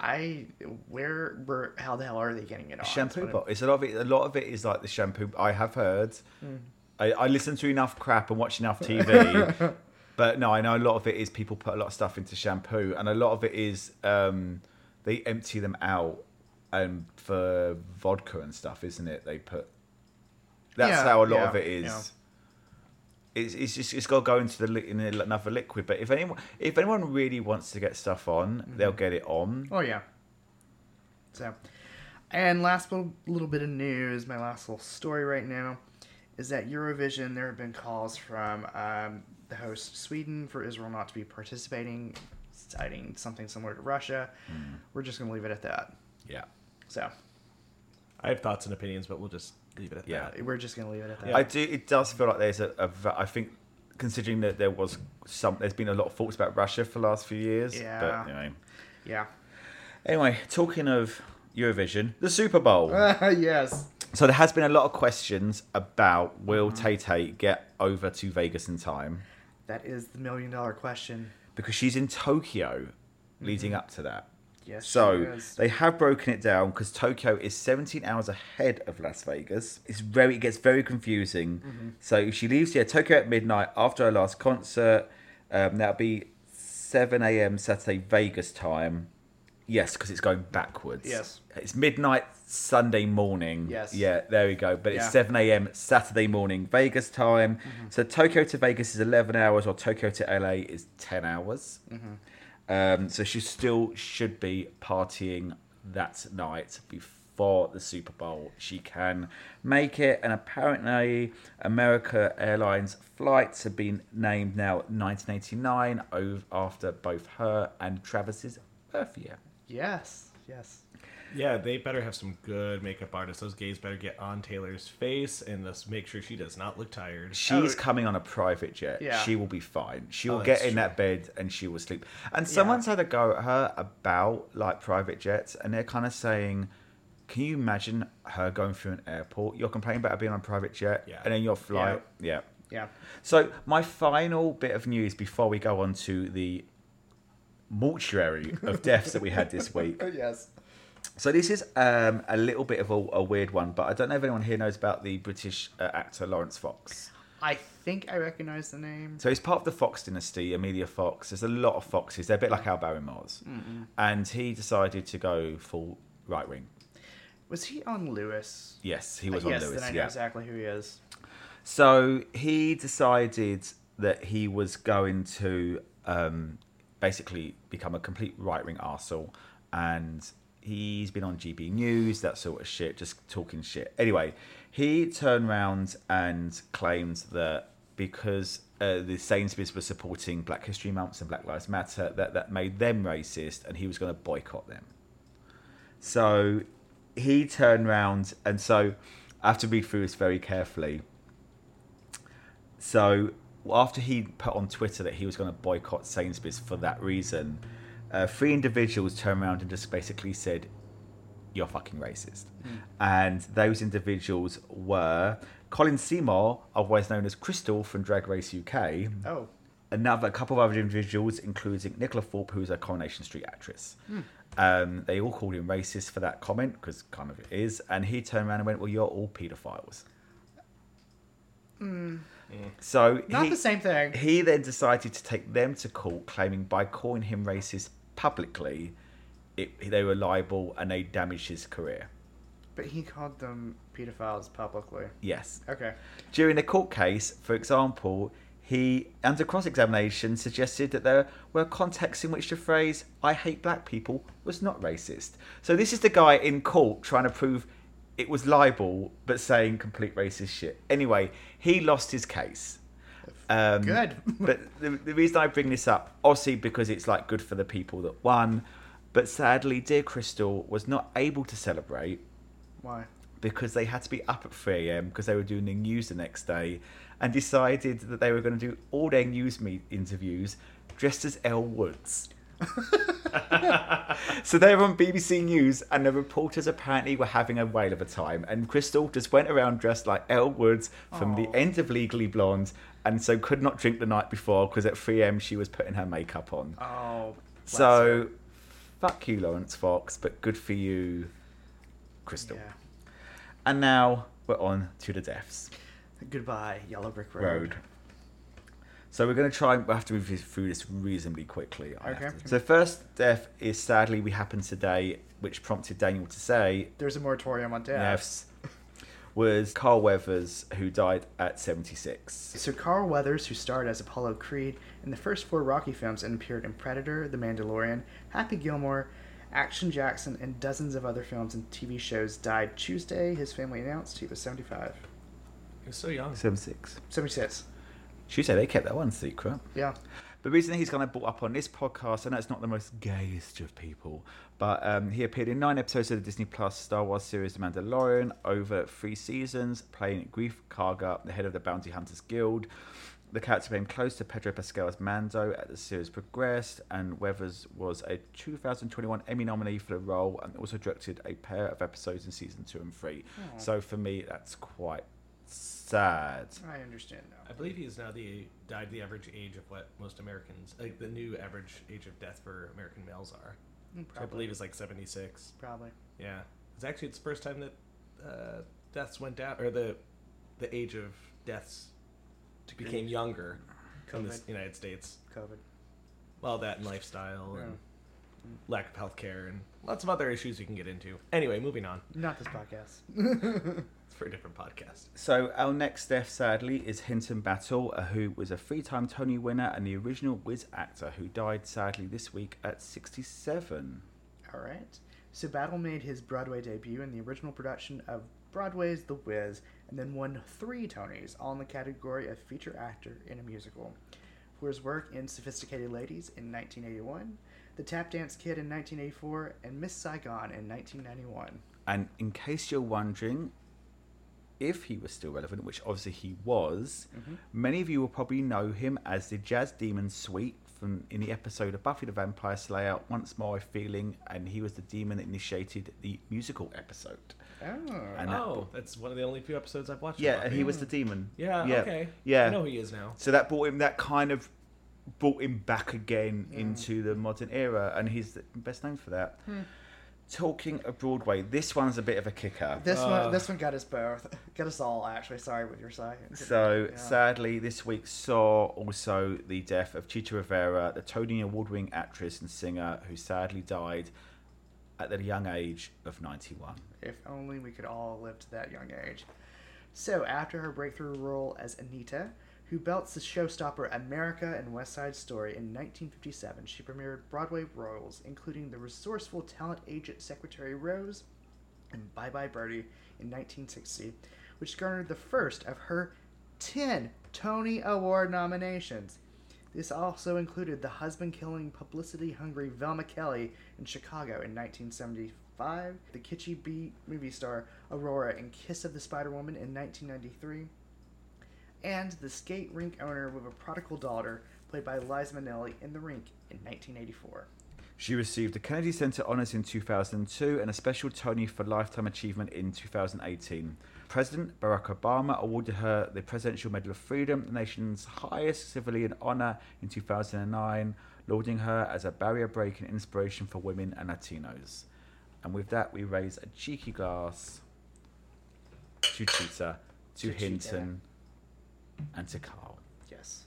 [SPEAKER 2] I where where how the hell are they getting it on?
[SPEAKER 1] Shampoo
[SPEAKER 2] That's what
[SPEAKER 1] bottle. It's a lot of it. A lot of it is like the shampoo. I have heard.
[SPEAKER 2] Hmm.
[SPEAKER 1] I, I listen to enough crap and watch enough
[SPEAKER 2] *laughs*
[SPEAKER 1] TV, but no, I know a lot of it is people put a lot of stuff into shampoo, and a lot of it is um, they empty them out, and for vodka and stuff, isn't it? They put. That's
[SPEAKER 2] Yeah,
[SPEAKER 1] how a lot
[SPEAKER 2] yeah,
[SPEAKER 1] of it is.
[SPEAKER 2] yeah.
[SPEAKER 1] It's, it's just it's got to go into the li- in another liquid. But if anyone if anyone really wants to get stuff on, they'll get it on.
[SPEAKER 2] Oh yeah. So, and last little, little bit of news, my last little story right now, is that Eurovision. There have been calls from um, the host Sweden for Israel not to be participating, citing something similar to Russia. We're just gonna leave it at that.
[SPEAKER 1] Yeah.
[SPEAKER 2] So
[SPEAKER 3] I have thoughts and opinions, but we'll just leave it at
[SPEAKER 1] Yeah.
[SPEAKER 3] that.
[SPEAKER 2] uh, we're just gonna leave it at that.
[SPEAKER 1] I do. It does feel like there's a. a va- I think considering that there was some, there's been a lot of thoughts about Russia for the last few years.
[SPEAKER 2] Yeah.
[SPEAKER 1] But anyway,
[SPEAKER 2] yeah.
[SPEAKER 1] anyway, talking of Eurovision, the Super Bowl.
[SPEAKER 2] Uh. *laughs* yes.
[SPEAKER 1] so there has been a lot of questions about will Tay Tay get over to Vegas in time
[SPEAKER 2] That is the million dollar question.
[SPEAKER 1] because she's in Tokyo, leading up to that.
[SPEAKER 2] Yes. it
[SPEAKER 1] So
[SPEAKER 2] is.
[SPEAKER 1] they have broken it down because Tokyo is 17 hours ahead of Las Vegas. It's very it gets very confusing.
[SPEAKER 2] Mm-hmm.
[SPEAKER 1] So she leaves here Tokyo at midnight after her last concert. Um, that'll be 7 a.m. Saturday Vegas time. Yes, because it's going backwards.
[SPEAKER 2] Yes.
[SPEAKER 1] it's midnight Sunday morning.
[SPEAKER 2] Yes.
[SPEAKER 1] yeah, there we go. But it's
[SPEAKER 2] Yeah.
[SPEAKER 1] 7 a.m. Saturday morning Vegas time. So Tokyo to Vegas is 11 hours, or Tokyo to LA is 10 hours. Um, so she still should be partying that night before the Super Bowl. She can make it, and apparently, America Airlines flights have been named now 1989 ov- after both her and Travis's birth year.
[SPEAKER 2] yes. Yes.
[SPEAKER 3] Yeah, they better have some good makeup artists. Those gays better get on Taylor's face and let's make sure she does not look tired.
[SPEAKER 1] She's
[SPEAKER 2] Oh.
[SPEAKER 1] coming on a private jet.
[SPEAKER 2] Yeah.
[SPEAKER 1] She will be fine. She
[SPEAKER 3] Oh,
[SPEAKER 1] will get
[SPEAKER 3] that's
[SPEAKER 1] in
[SPEAKER 3] true.
[SPEAKER 1] that bed and she will sleep. And someone's had a go at her about like private jets, and they're kind of saying, "Can you imagine her going through an airport? You're complaining about her being on a private jet,
[SPEAKER 3] Yeah.
[SPEAKER 1] and then your flight, yeah."
[SPEAKER 2] Yeah.
[SPEAKER 1] So my final bit of news before we go on to the mortuary of deaths that we had this
[SPEAKER 3] *laughs*
[SPEAKER 1] week.
[SPEAKER 2] Oh, yes.
[SPEAKER 1] So this is um, a little bit of a, a weird one, but I don't know if anyone here knows about the British uh, actor Lawrence Fox.
[SPEAKER 2] I think I recognize the name.
[SPEAKER 1] So he's part of the Fox dynasty, Amelia Fox. There's a lot of Foxes. They're a bit like Al Barrymore's.
[SPEAKER 2] Mm-hmm.
[SPEAKER 1] And he decided to go full right wing.
[SPEAKER 2] Was he on Lewis?
[SPEAKER 1] Yes, he was
[SPEAKER 2] Uh, yes,
[SPEAKER 1] on Lewis.
[SPEAKER 2] then I know
[SPEAKER 1] yeah.
[SPEAKER 2] exactly who he is.
[SPEAKER 1] So he decided that he was going to um, basically become a complete right wing arsehole. And he's been on GB News, that sort of shit, just talking shit. Anyway, he turned round and claimed that because uh, the Sainsbury's were supporting Black History Month and Black Lives Matter, that that made them racist and he was going to boycott them. So he turned round, and so I have to read through this very carefully. So after he put on Twitter that he was going to boycott Sainsbury's for that reason, uh, three individuals turned around and just basically said, "You're fucking racist." And those individuals were Colin Seymour, otherwise known as Crystal from Drag Race UK,
[SPEAKER 2] Oh,
[SPEAKER 1] another a couple of other individuals, including Nicola Thorpe, who's a Coronation Street actress.
[SPEAKER 2] Hmm.
[SPEAKER 1] Um, they all called him racist for that comment because kind of it is, and he turned around and went, "Well, you're all paedophiles." So
[SPEAKER 2] Hmm. not
[SPEAKER 1] he,
[SPEAKER 2] the same thing.
[SPEAKER 1] He then decided to take them to court, claiming by calling him racist publicly, it, they were liable and they damaged his career.
[SPEAKER 2] But he called them pedophiles publicly.
[SPEAKER 1] Yes.
[SPEAKER 2] Okay.
[SPEAKER 1] During the court case, for example, he, under cross examination, suggested that there were contexts in which the phrase, I hate black people, was not racist. So this is the guy in court trying to prove it was libel, but saying complete racist shit. Anyway, he lost his case. Um,
[SPEAKER 2] Good.
[SPEAKER 1] *laughs* but the, the reason I bring this up, obviously, because it's like good for the people that won. But sadly, dear Crystal was not able to celebrate
[SPEAKER 2] Why?
[SPEAKER 1] because they had to be up at 3 a.m. because they were doing the news the next day and
[SPEAKER 2] *laughs*
[SPEAKER 1] decided that they were going to do all their news meet interviews dressed as Elle Woods. So they were on BBC News, and the reporters apparently were having a whale of a time. And Crystal just went around dressed like Elle Woods from
[SPEAKER 2] Aw.
[SPEAKER 1] the end of Legally Blonde, and so could not drink the night before because at 3am she was putting her makeup on.
[SPEAKER 2] Oh.
[SPEAKER 1] so, fuck you, Lawrence Fox, but good for you, Crystal.
[SPEAKER 2] Yeah.
[SPEAKER 1] And now we're on to the deaths.
[SPEAKER 2] Goodbye, Yellow Brick Road.
[SPEAKER 1] road. So we're going to try and we have to move this- through this reasonably quickly. I have
[SPEAKER 2] Okay.
[SPEAKER 1] to- So first death is sadly we happened today, which prompted Daniel to say
[SPEAKER 2] There's a moratorium on deaths.
[SPEAKER 1] deaths was Carl Weathers, who died at 76.
[SPEAKER 2] So Carl Weathers, who starred as Apollo Creed in the first four Rocky films and appeared in Predator, The Mandalorian, Happy Gilmore, Action Jackson, and dozens of other films and TV shows, died Tuesday. His family announced he was 75.
[SPEAKER 3] He was so young.
[SPEAKER 1] 76.
[SPEAKER 2] 76.
[SPEAKER 1] She said they kept that one secret.
[SPEAKER 2] Yeah.
[SPEAKER 1] The reason he's kind of brought up on this podcast, I know it's not the most gayest of people, but um, he appeared in nine episodes of the Disney Plus Star Wars series The Mandalorian over three seasons, playing Grief Karga, the head of the Bounty Hunters Guild. The character came close to Pedro Pascal as Mando as the series progressed, and Weathers was a 2021 Emmy nominee for the role and also directed a pair of episodes in season two and three.
[SPEAKER 2] Aw.
[SPEAKER 1] So for me, that's quite sad.
[SPEAKER 2] I understand now.
[SPEAKER 3] I believe he is now the died the average age of what most Americans like the new average age of death for American males are.
[SPEAKER 2] Mm,
[SPEAKER 3] Which I believe is like seventy six.
[SPEAKER 2] Probably.
[SPEAKER 3] Yeah, it's actually it's the first time that uh, deaths went down or the the age of deaths became younger in the s-
[SPEAKER 2] COVID.
[SPEAKER 3] United States.
[SPEAKER 2] COVID.
[SPEAKER 3] Well, that and lifestyle and
[SPEAKER 2] Yeah.
[SPEAKER 3] lack of health care and lots of other issues you can get into. Anyway, moving on.
[SPEAKER 2] Not this podcast.
[SPEAKER 3] It's for a different podcast.
[SPEAKER 1] So our next death, sadly, is Hinton Battle, uh, who was a three-time Tony winner and the original Wiz actor, who died sadly this week at 67.
[SPEAKER 2] All right. So Battle made his Broadway debut in the original production of Broadway's The Wiz and then won three Tonys, all in the category of feature actor in a musical. For his work in Sophisticated Ladies in 1981, The Tap Dance Kid in 1984, and Miss Saigon in 1991.
[SPEAKER 1] And in case you're wondering if he was still relevant, which obviously he was, many of you will probably know him as the Jazz Demon Sweet from in the episode of Buffy the Vampire Slayer, Once More I Feeling, and he was the demon that initiated the musical episode.
[SPEAKER 2] Oh.
[SPEAKER 1] And that-
[SPEAKER 3] oh, that's one of the only few episodes I've watched.
[SPEAKER 1] Yeah,
[SPEAKER 3] about
[SPEAKER 1] and
[SPEAKER 3] him.
[SPEAKER 1] he was the demon.
[SPEAKER 3] Yeah,
[SPEAKER 1] yeah
[SPEAKER 3] Okay.
[SPEAKER 1] Mm. Yeah.
[SPEAKER 3] I know who he is now.
[SPEAKER 1] So that brought him. That kind of brought him back again into the modern era, and he's the best known for that. Talking of Broadway, this one's a bit of a kicker.
[SPEAKER 2] This
[SPEAKER 3] Uh.
[SPEAKER 2] one, this one got us both, *laughs* got us all actually. Sorry with your science.
[SPEAKER 1] So
[SPEAKER 2] Yeah.
[SPEAKER 1] sadly, this week saw also the death of Chita Rivera, the Tony Award-winning actress and singer, who sadly died at the young age of 91.
[SPEAKER 2] If only we could all live to that young age. So, after her breakthrough role as Anita, who belts the showstopper America and West Side Story in 1957, she premiered Broadway roles, including the resourceful talent agent Secretary Rose and Bye Bye Birdie in 1960, which garnered the first of her 10 Tony Award nominations. This also included the husband killing, publicity hungry Velma Kelly in Chicago in 1975, the kitschy B movie star Aurora in Kiss of the Spider Woman in 1993, and the skate rink owner with a prodigal daughter, played by Liza Minnelli, in The Rink in 1984.
[SPEAKER 1] She received the Kennedy Center Honors in 2002 and a special Tony for Lifetime Achievement in 2018. President Barack Obama awarded her the Presidential Medal of Freedom, the nation's highest civilian honor, in 2009, lauding her as a barrier breaking inspiration for women and Latinos. And with that, we raise a cheeky glass to Cheetah, to,
[SPEAKER 2] To Cheetah.
[SPEAKER 1] Hinton, and to Carl.
[SPEAKER 2] Yes.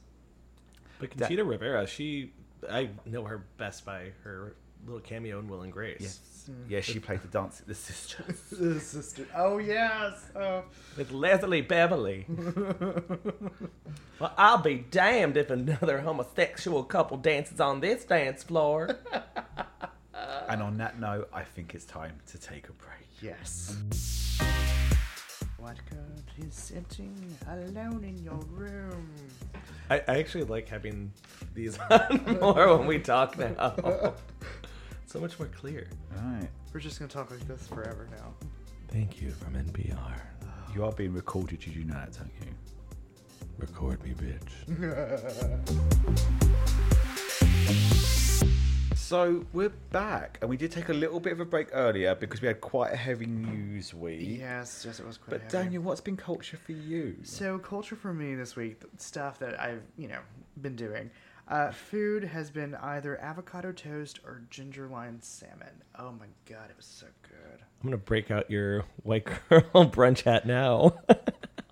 [SPEAKER 3] But
[SPEAKER 1] That-
[SPEAKER 3] Conchita Rivera, she I know her best by her little cameo in Will and Grace.
[SPEAKER 1] Yes. Yeah, she played the dance, the sisters.
[SPEAKER 2] *laughs* The sister. Oh, yes! Oh.
[SPEAKER 3] With Leslie Beverly. well, I'll be damned if another homosexual couple dances on this
[SPEAKER 1] *laughs*
[SPEAKER 3] dance floor.
[SPEAKER 1] And on that note, I think it's time to take a break.
[SPEAKER 2] Yes. What good is sitting alone in your room?
[SPEAKER 3] I, I actually like having these *laughs* on more when we
[SPEAKER 1] *laughs*
[SPEAKER 3] talk now. so much more clear.
[SPEAKER 1] All right.
[SPEAKER 2] *laughs* We're just gonna talk like this forever now.
[SPEAKER 3] Thank you from NPR.
[SPEAKER 1] You are being recorded, you do know that, don't you?
[SPEAKER 3] Record me, bitch.
[SPEAKER 1] So we're back, and we did take a little bit of a break earlier because we had quite a heavy news week.
[SPEAKER 2] Yes, yes, it was quite.
[SPEAKER 1] But
[SPEAKER 2] heavy.
[SPEAKER 1] Daniel, what's been culture for you?
[SPEAKER 2] So culture for me this week, th- stuff that I've you know been doing. Uh, food has been either avocado toast or ginger lime salmon. Oh my god, it was so good.
[SPEAKER 3] I'm gonna break out your white girl *laughs* brunch hat now.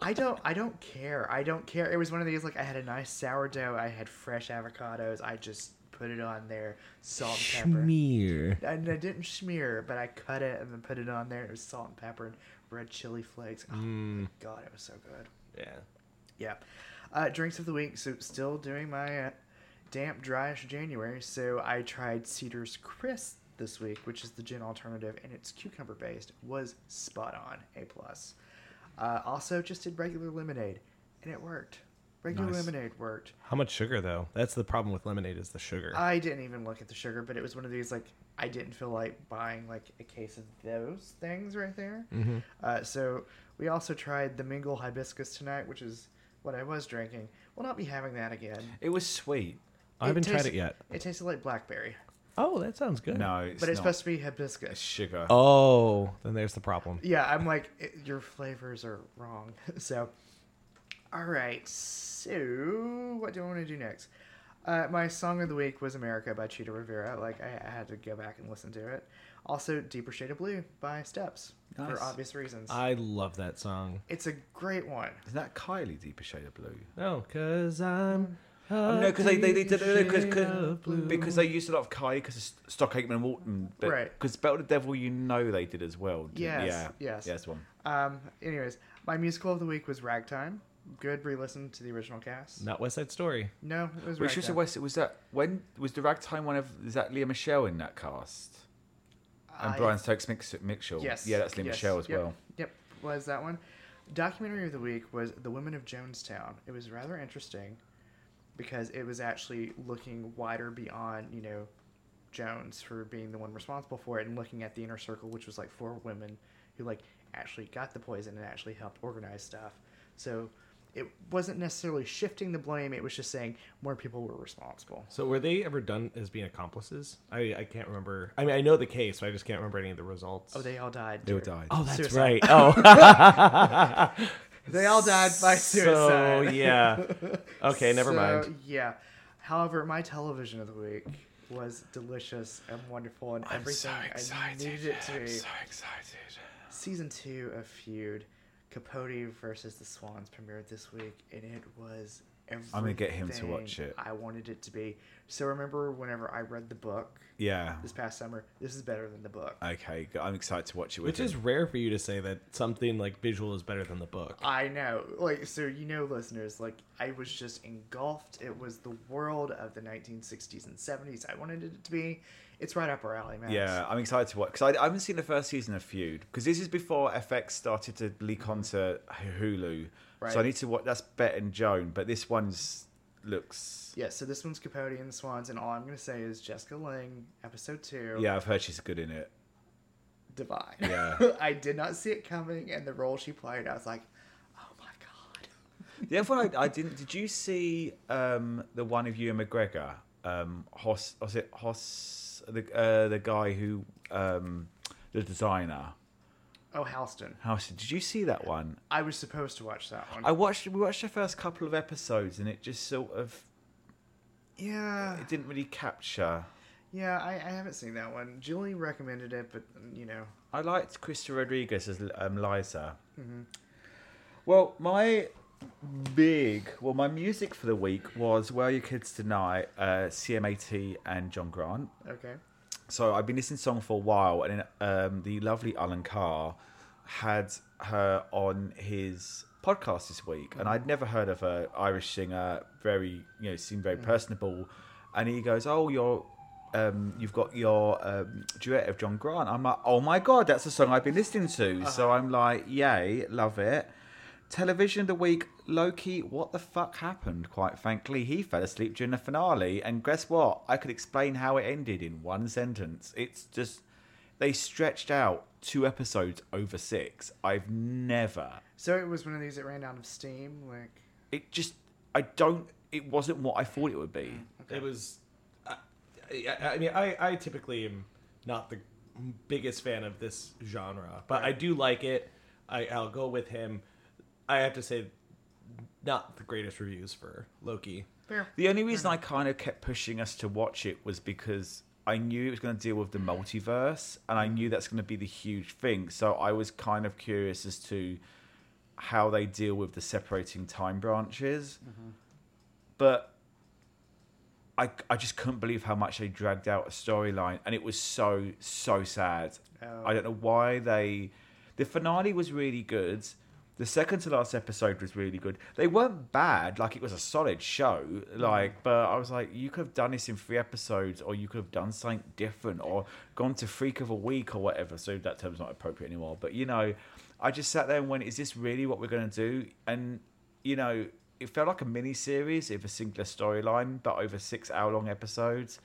[SPEAKER 2] I don't, I don't care. I don't care. It was one of these like I had a nice sourdough. I had fresh avocados. I just put it on there, salt and pepper.
[SPEAKER 3] Schmear.
[SPEAKER 2] And I didn't smear, but I cut it and then put it on there. It was salt and pepper and red chili flakes. Oh my god, it was so good.
[SPEAKER 3] Yeah.
[SPEAKER 2] Yeah. Uh, drinks of the week. So still doing my uh, damp, dryish January. So I tried Cedar's Crisp this week, which is the gin alternative, and it's cucumber based. Was spot on. A plus. Uh, also, just did regular lemonade, and it worked. Regular
[SPEAKER 1] Nice.
[SPEAKER 2] lemonade worked.
[SPEAKER 3] How much sugar though? That's the problem with lemonade is the sugar.
[SPEAKER 2] I didn't even look at the sugar, but it was one of these like I didn't feel like buying like a case of those things right there.
[SPEAKER 3] Mm-hmm.
[SPEAKER 2] Uh, so we also tried the Mingle hibiscus tonight, which is what I was drinking. We'll not be having that again.
[SPEAKER 1] It was sweet.
[SPEAKER 3] I haven't tried
[SPEAKER 2] tasted-
[SPEAKER 3] it yet.
[SPEAKER 2] It tasted like blackberry,
[SPEAKER 3] Oh, that sounds good.
[SPEAKER 1] No, it's
[SPEAKER 2] but it's
[SPEAKER 1] not.
[SPEAKER 2] supposed to be
[SPEAKER 1] It's
[SPEAKER 2] hibiscus.
[SPEAKER 1] sugar.
[SPEAKER 3] Oh, then there's the problem.
[SPEAKER 2] Yeah, I'm like it, your flavors are wrong. *laughs* so, all right. So, what do I want to do next? Uh, my song of the week was "America" by Cheetah Rivera. Like I, I had to go back and listen to it. Also, "Deeper Shade of Blue" by Steps
[SPEAKER 1] Nice.
[SPEAKER 2] for obvious reasons.
[SPEAKER 3] I love that song.
[SPEAKER 2] it's a great one.
[SPEAKER 1] Is that Kylie Deeper Shade of Blue?
[SPEAKER 3] No, cause I'm.
[SPEAKER 1] Oh, no, because they, they, they did it because
[SPEAKER 3] shade of blue.
[SPEAKER 1] because they used a lot of Kylie because Stock Aitken and Walton. But,
[SPEAKER 2] Right.
[SPEAKER 1] Because Bell the Devil, you know they did as well. didn't-
[SPEAKER 2] Yes,
[SPEAKER 1] Yeah.
[SPEAKER 2] yes.
[SPEAKER 1] Yeah, that's one.
[SPEAKER 2] Um. Anyways, my musical of the week was "Ragtime." Good re-listen to the original cast.
[SPEAKER 3] Not West Side Story.
[SPEAKER 2] No, it was
[SPEAKER 1] Which
[SPEAKER 2] Ragtime.
[SPEAKER 1] was West? Was that when was the ragtime one of is that Leah Michelle in that cast? And
[SPEAKER 2] I-
[SPEAKER 1] Brian Stokes Mix- Mitchell.
[SPEAKER 2] Yes.
[SPEAKER 1] Yeah, that's Leah
[SPEAKER 2] yes,
[SPEAKER 1] Michelle as
[SPEAKER 2] yep,
[SPEAKER 1] well.
[SPEAKER 2] Yep, was that one. Documentary of the week was The Women of Jonestown. It was rather interesting because it was actually looking wider beyond, you know, Jones for being the one responsible for it and looking at the inner circle, which was like four women who like actually got the poison and actually helped organize stuff. So it wasn't necessarily shifting the blame, it was just saying more people were responsible.
[SPEAKER 3] So were they ever done as being accomplices? I, I can't remember. I mean, I know the case, but I just can't remember any of the results.
[SPEAKER 2] Oh, they all died.
[SPEAKER 1] They all
[SPEAKER 2] during-
[SPEAKER 1] died.
[SPEAKER 3] Oh, that's
[SPEAKER 2] Suicide.
[SPEAKER 3] *laughs* right. Oh,
[SPEAKER 2] *laughs* They all died by suicide.
[SPEAKER 3] *laughs* So yeah. *laughs* Okay, never
[SPEAKER 2] So,
[SPEAKER 3] mind.
[SPEAKER 2] Yeah. However, my television of the week was delicious and wonderful and everything I needed it to be.
[SPEAKER 1] excited.
[SPEAKER 2] Season two of Feud, Capote versus the Swans premiered this week, and it was. Everything
[SPEAKER 1] gonna get him to watch it.
[SPEAKER 2] I wanted it to be. So remember, whenever I read the book
[SPEAKER 1] Yeah.
[SPEAKER 2] this past summer, this is better than the book.
[SPEAKER 1] Okay. good. I'm excited to watch it. With
[SPEAKER 3] Which is rare for you to say that something like visual is better than the book.
[SPEAKER 2] I know. Like, so you know, listeners, like, I was just engulfed. It was the world of the 1960s and 70s. I wanted it to be. It's right up our alley, man.
[SPEAKER 1] Yeah, I'm excited to watch because I, I haven't seen the first season of Feud because this is before FX started to leak onto Hulu.
[SPEAKER 2] Right.
[SPEAKER 1] So I need to watch. That's Bet and Joan, but this one's looks.
[SPEAKER 2] Yeah, so this one's Capote and the Swans, and all I'm going to say is Jessica Lang, episode two,
[SPEAKER 1] Yeah, I've heard she's good in it.
[SPEAKER 2] divine.
[SPEAKER 1] Yeah.
[SPEAKER 2] *laughs* I did not see it coming, and the role she played, I was like, oh my God.
[SPEAKER 1] The other one I, I didn't. Did you see um, the one of you and McGregor? Um, Hoss was it Hoss the uh, the guy who um, the designer?
[SPEAKER 2] Oh, Halston.
[SPEAKER 1] House. Did you see that one?
[SPEAKER 2] I was supposed to watch that one.
[SPEAKER 1] I watched. We watched the first couple of episodes, and it just sort of
[SPEAKER 2] yeah.
[SPEAKER 1] it didn't really capture.
[SPEAKER 2] Yeah, I, I haven't seen that one. Julie recommended it, but, you know,
[SPEAKER 1] I liked Krista Rodriguez as um, Liza. Well, my big, well, my music for the week was Where Are Your Kids Tonight, uh, CMAT and John Grant.
[SPEAKER 2] okay.
[SPEAKER 1] So I've been listening to the song for a while, and then, um, the lovely Alan Carr had her on his podcast this week, and I'd never heard of her Irish singer. Very, you know, seemed very personable, and he goes, "Oh, you're." Um, you've got your um, duet of John Grant. I'm like, oh my god, that's the song I've been listening to. So I'm like, yay, love it. Television of the week, Loki, what the fuck happened? Quite frankly, he fell asleep during the finale, and guess what? I could explain how it ended in one sentence. It's just they stretched out two episodes over six. I've never.
[SPEAKER 2] So it was one of these that ran out of steam, like.
[SPEAKER 1] It just. I don't. It wasn't what I thought it would be.
[SPEAKER 3] It was. I, I, I mean, I, I typically am not the biggest fan of this genre, but I do like it. I, I'll go with him. I have to say, not the greatest reviews for Loki.
[SPEAKER 2] Fair.
[SPEAKER 1] The only reason I kind of kept pushing us to watch it was because I knew it was going to deal with the multiverse, and I knew that's going to be the huge thing. So I was kind of curious as to how they deal with the separating time branches. But I, I just couldn't believe how much they dragged out a storyline, and it was so so sad.
[SPEAKER 2] Oh.
[SPEAKER 1] I don't know why they. The finale was really good. The second to last episode was really good. They weren't bad, like it was a solid show. Like, but I was like, you could have done this in three episodes, or you could have done something different, or gone to Freak of a Week or whatever. So that term's not appropriate anymore. But you know, I just sat there and went, is this really what we're gonna do? And you know, it felt like a mini series of a singular storyline, but over six hour long episodes.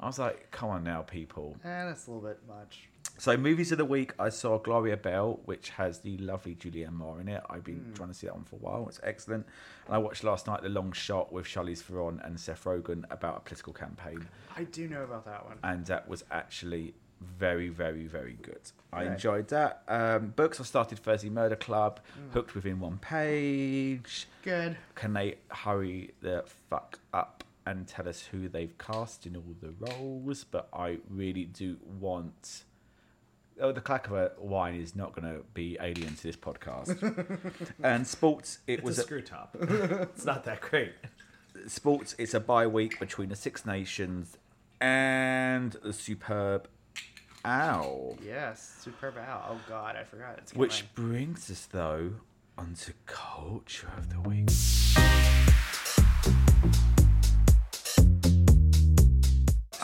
[SPEAKER 1] I was like, come on now, people.
[SPEAKER 2] Eh, that's a little bit much.
[SPEAKER 1] So, movies of the week, I saw Gloria Bell, which has the lovely Julianne Moore in it. I've been trying to see that one for a while. It's excellent. And I watched last night The Long Shot with Charlize Theron and Seth Rogen about a political campaign.
[SPEAKER 2] I do know about that one.
[SPEAKER 1] And that was actually very, very, very good. I
[SPEAKER 2] Right.
[SPEAKER 1] enjoyed that. Um, books, I started Thursday Murder Club, Hooked Within One Page.
[SPEAKER 2] Good.
[SPEAKER 1] Can they hurry the fuck up and tell us who they've cast in all the roles? But I really do want. Oh, the clack of a wine is not going to be alien to this
[SPEAKER 3] *laughs*
[SPEAKER 1] podcast. and sports, it
[SPEAKER 3] It's
[SPEAKER 1] was
[SPEAKER 3] a
[SPEAKER 1] a,
[SPEAKER 3] screw top. *laughs* it's not that *laughs* great.
[SPEAKER 1] sports. It's a bye week between the Six Nations and the superb owl.
[SPEAKER 2] Yes, superb owl. Oh God, I forgot. It's
[SPEAKER 1] Which
[SPEAKER 2] coming.
[SPEAKER 1] brings us though onto culture of the week.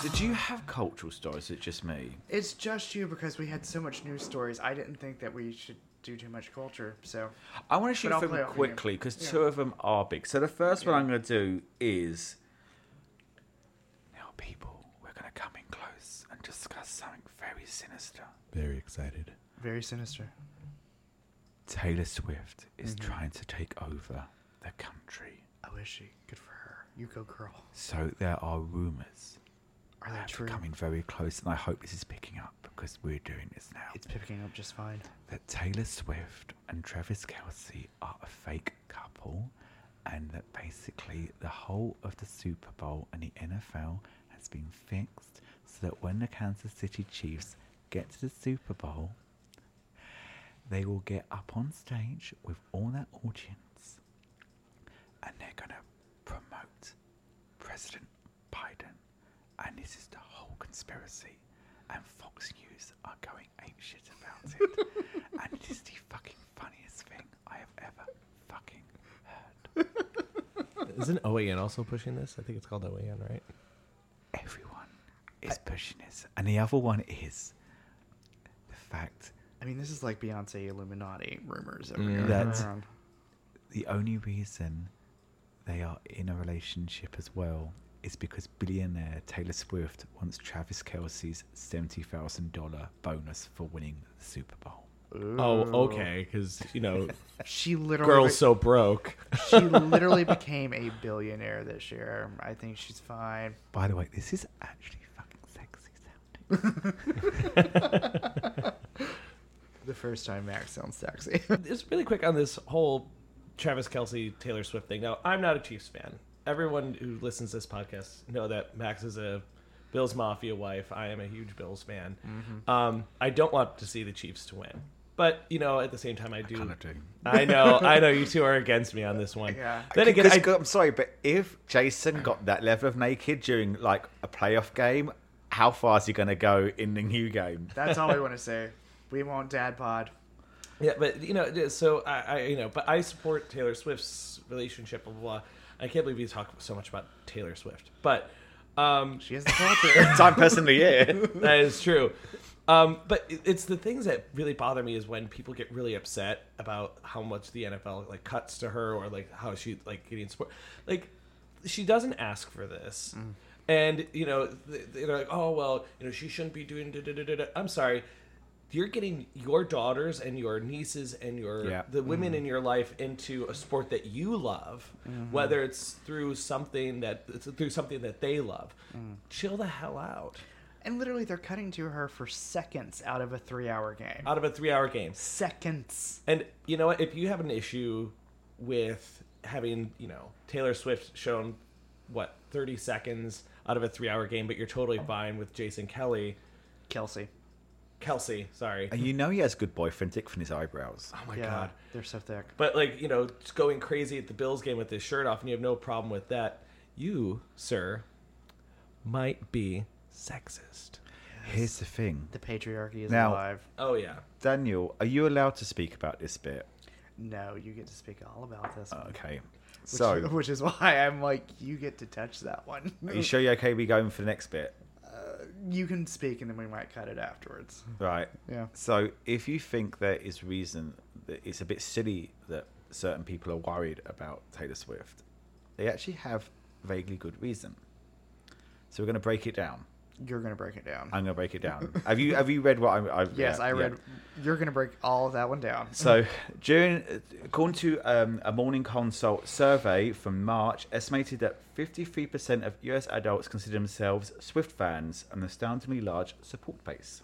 [SPEAKER 1] So do you have cultural stories? It's just me.
[SPEAKER 2] it's just you because we had so much news stories. I didn't think that we should do too much culture. So
[SPEAKER 1] I want to shoot
[SPEAKER 2] I'll
[SPEAKER 1] through
[SPEAKER 2] play
[SPEAKER 1] them
[SPEAKER 2] off with you.
[SPEAKER 1] quickly because two of them are big. So the first one I'm going to do is now, people, we're going to come in close and discuss something very sinister. Very excited.
[SPEAKER 2] very sinister.
[SPEAKER 1] Taylor Swift is
[SPEAKER 2] Mm-hmm.
[SPEAKER 1] trying to take over the country.
[SPEAKER 2] Oh, is she? Good for her. You go, girl.
[SPEAKER 1] So there are rumours
[SPEAKER 2] Are they
[SPEAKER 1] that
[SPEAKER 2] true?
[SPEAKER 1] are coming very close, and I hope this is picking up because we're doing this now.
[SPEAKER 2] It's picking up just fine.
[SPEAKER 1] that Taylor Swift and Travis Kelsey are a fake couple, and that basically the whole of the Super Bowl and the NFL has been fixed so that when the Kansas City Chiefs get to the Super Bowl, they will get up on stage with all their audience and they're going to promote President Biden. And this is the whole conspiracy. And Fox News are going apeshit about it. and it is the fucking funniest thing I have ever fucking heard.
[SPEAKER 3] Isn't OAN also pushing this? I think it's called OAN, right?
[SPEAKER 1] Everyone is pushing this. And the other one is the fact
[SPEAKER 2] I mean, this is like Beyonce Illuminati rumors that
[SPEAKER 3] Mm.
[SPEAKER 2] we're going
[SPEAKER 1] That's-
[SPEAKER 2] around.
[SPEAKER 1] the only reason they are in a relationship as well is because billionaire Taylor Swift wants Travis Kelsey's $70,000 bonus for winning the Super Bowl.
[SPEAKER 2] Ooh.
[SPEAKER 3] Oh, okay, because you *laughs* know,
[SPEAKER 2] She literally
[SPEAKER 3] girls so broke.
[SPEAKER 2] she literally became a billionaire this year. I think she's fine.
[SPEAKER 1] By the way, this is actually fucking sexy sounding.
[SPEAKER 2] The first time Max sounds sexy. *laughs*
[SPEAKER 3] Just really quick on this whole Travis Kelsey Taylor Swift thing. Now, I'm not a Chiefs fan. Everyone who listens to this podcast know that Max is a Bills Mafia wife. I am a huge Bills fan. Um, I don't want to see the Chiefs to win, but you know, at the same time, I do. I, know, I know, you two *laughs* are against me on this one.
[SPEAKER 2] Yeah.
[SPEAKER 3] Then again, I,
[SPEAKER 1] am sorry, but if Jason got that level of naked during like a playoff game, how far is he going to go in the new game?
[SPEAKER 2] That's all we
[SPEAKER 1] *laughs*
[SPEAKER 2] want to say. We want dad pod.
[SPEAKER 3] Yeah, but you know, yeah, so I, I, you know, but I support Taylor Swift's relationship, blah blah. blah. I can't believe we talk so much about Taylor Swift, but um,
[SPEAKER 2] She has the
[SPEAKER 1] *laughs*
[SPEAKER 2] culture.
[SPEAKER 1] Time person of the
[SPEAKER 3] *laughs*
[SPEAKER 1] year.
[SPEAKER 3] that is true. Um, but it- it's the things that really bother me is when people get really upset about how much the NFL like cuts to her or like how she like getting support. Like she doesn't ask for this, and you know th- they're like, oh well, you know she shouldn't be doing. Da, da, da, da, da. I'm sorry. you're getting your daughters and your nieces and your
[SPEAKER 1] Yeah.
[SPEAKER 3] the women in your life into a sport that you love, whether it's through something that it's through something that they love. Chill the hell out.
[SPEAKER 2] And literally, they're cutting to her for seconds out of a three-hour
[SPEAKER 1] Uh,
[SPEAKER 2] game.
[SPEAKER 3] Out of a three-hour game,
[SPEAKER 2] Seconds.
[SPEAKER 3] And you know what? If you have an issue with having, you know, Taylor Swift shown what thirty seconds out of a three-hour game, but you're totally fine with Jason Kelly,
[SPEAKER 2] Kelsey.
[SPEAKER 3] Kelsey, sorry.
[SPEAKER 1] And you know he has good boyfriend dick from his eyebrows.
[SPEAKER 3] Oh my
[SPEAKER 2] yeah,
[SPEAKER 3] god.
[SPEAKER 2] they're so thick.
[SPEAKER 3] But like, you know, just going crazy at the Bills game with his shirt off, and you have no problem with that. You, sir, might be sexist.
[SPEAKER 1] Here's the thing,
[SPEAKER 2] The patriarchy is
[SPEAKER 1] Now-
[SPEAKER 2] alive.
[SPEAKER 3] Oh yeah.
[SPEAKER 1] Daniel. Are you allowed to speak about this bit?
[SPEAKER 2] No, you get to speak all about this. one.
[SPEAKER 1] Okay.
[SPEAKER 2] Which,
[SPEAKER 1] Uh, So,
[SPEAKER 2] *laughs* which is why I'm like, you get to touch that one.
[SPEAKER 1] are you sure you're okay? We going for the next bit,
[SPEAKER 2] *laughs* You can speak, and then we might cut it afterwards.
[SPEAKER 1] right?
[SPEAKER 2] Yeah.
[SPEAKER 1] So, if you think there is reason that it's a bit silly that certain people are worried about Taylor Swift, they actually have vaguely good reason. So we're going to break it down.
[SPEAKER 2] You're gonna break it down.
[SPEAKER 1] I'm going to break it
[SPEAKER 2] *laughs*
[SPEAKER 1] down. have you have you read what I? I've,
[SPEAKER 2] yes,
[SPEAKER 1] yeah,
[SPEAKER 2] I
[SPEAKER 1] yeah.
[SPEAKER 2] read. You're gonna break all of that one down.
[SPEAKER 1] So, during according to um, a morning consult survey from March, estimated that 53% of US adults consider themselves Swift fans, an astoundingly large support base.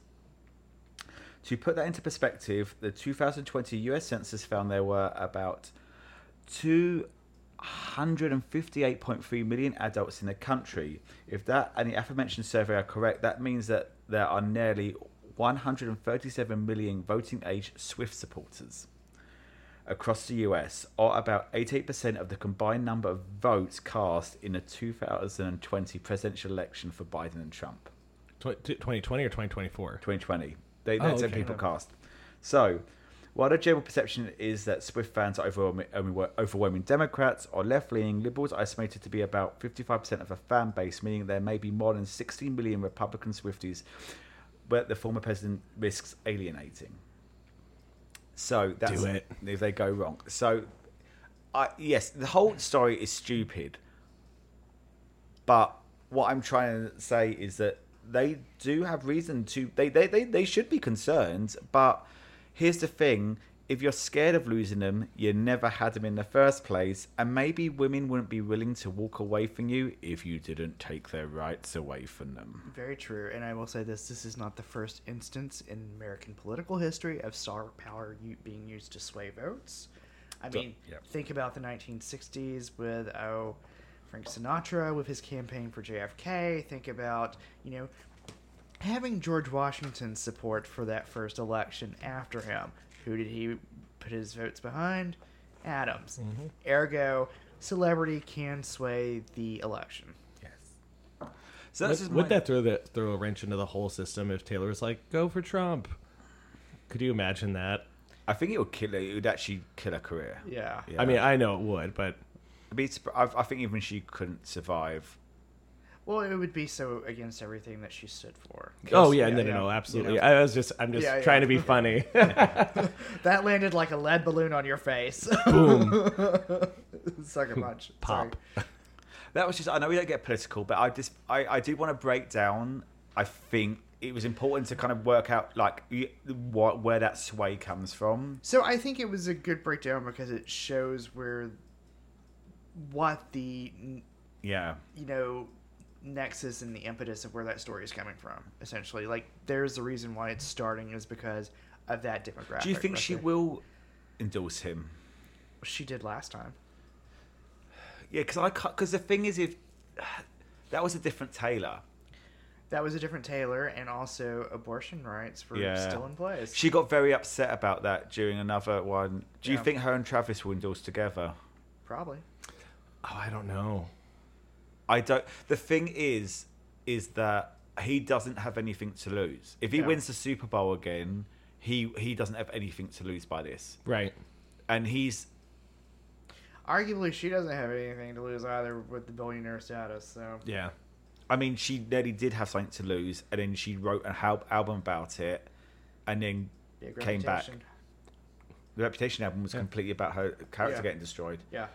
[SPEAKER 1] To put that into perspective, the 2020 US Census found there were about 258.3 million adults in the country. If that and the aforementioned survey are correct, that means that there are nearly 137 million voting age Swift supporters across the US, or about 88% of the combined number of votes cast in the 2020 presidential election for Biden and Trump.
[SPEAKER 3] 2020 or 2024?
[SPEAKER 1] 2020. They, they said
[SPEAKER 3] okay.
[SPEAKER 1] people cast. So, while the general perception is that Swift fans are overwhelming, overwhelming- overwhelming Democrats or left leaning liberals, are estimated to be about 55% of the fan base, meaning there may be more than 16 million Republican Swifties, but the former president risks alienating. So, that's
[SPEAKER 3] Do it.
[SPEAKER 1] if they go wrong. So, I yes, the whole story is stupid. But what I'm trying to say is that they do have reason to they they, they, they should be concerned, but here's the thing if you're scared of losing them, you never had them in the first place, and maybe women wouldn't be willing to walk away from you if you didn't take their rights away from them.
[SPEAKER 2] Very true, and I will say this: this is not the first instance in American political history of star power u- being used to sway votes. I mean,
[SPEAKER 1] yeah.
[SPEAKER 2] think about the 1960s with oh, Frank Sinatra with his campaign for JFK. Think about you know having George Washington's support for that first election after him. Who did he put his votes behind? Adams. Ergo, celebrity can sway the election.
[SPEAKER 1] Yes. So
[SPEAKER 3] Would,
[SPEAKER 1] that's just
[SPEAKER 3] would
[SPEAKER 1] my-
[SPEAKER 3] that throw the, throw a wrench into the whole system if Taylor was like, "Go for Trump"? Could you imagine that?
[SPEAKER 1] I think it would kill it would actually kill her career.
[SPEAKER 2] Yeah.
[SPEAKER 1] Yeah.
[SPEAKER 3] I mean, I know it would, but
[SPEAKER 1] I'd be surpri- I I think even she couldn't survive
[SPEAKER 2] Well, it would be so against everything that she stood for.
[SPEAKER 3] oh yeah, no,
[SPEAKER 2] yeah,
[SPEAKER 3] no, no,
[SPEAKER 2] yeah.
[SPEAKER 3] absolutely.
[SPEAKER 2] You know.
[SPEAKER 3] I was just, I'm just
[SPEAKER 2] Yeah, yeah.
[SPEAKER 3] trying to be *laughs* funny.
[SPEAKER 2] That landed like a lead balloon on your face.
[SPEAKER 3] Oh,
[SPEAKER 2] Boom. Sucker punch.
[SPEAKER 3] Pop.
[SPEAKER 2] Sorry.
[SPEAKER 1] That was just. I know we don't get political, but I just. I, I do want to break down. I think it was important to kind of work out like y- what where that sway comes from.
[SPEAKER 2] So I think it was a good breakdown because it shows where what the
[SPEAKER 1] Yeah.
[SPEAKER 2] you know nexus and the impetus of where that story is coming from. Essentially, like there's a reason why it's starting is because of that demographic.
[SPEAKER 1] Do you think
[SPEAKER 2] right
[SPEAKER 1] she
[SPEAKER 2] there.
[SPEAKER 1] will endorse him?
[SPEAKER 2] She did last time.
[SPEAKER 1] Yeah, because I because the thing is, if *sighs* that was a different Taylor,
[SPEAKER 2] That was a different Taylor, and also abortion rights were
[SPEAKER 1] Yeah.
[SPEAKER 2] still in place.
[SPEAKER 1] she got very upset about that during another one. Do you
[SPEAKER 2] Yeah.
[SPEAKER 1] think her and Travis will endorse together?
[SPEAKER 2] Probably.
[SPEAKER 3] oh, I don't know.
[SPEAKER 1] I don't. The thing is, is that he doesn't have anything to lose. If he
[SPEAKER 2] Yeah.
[SPEAKER 1] wins the Super Bowl again, he he doesn't have anything to lose by this,
[SPEAKER 3] Right.
[SPEAKER 1] and he's
[SPEAKER 2] Arguably, she doesn't have anything to lose either with the billionaire status. So
[SPEAKER 3] Yeah.
[SPEAKER 1] I mean, she nearly did have something to lose, and then she wrote an hal- album about it, and then
[SPEAKER 2] big
[SPEAKER 1] came back.
[SPEAKER 2] reputation.
[SPEAKER 1] The Reputation album was completely about her character
[SPEAKER 2] Yeah.
[SPEAKER 1] getting destroyed.
[SPEAKER 2] Yeah,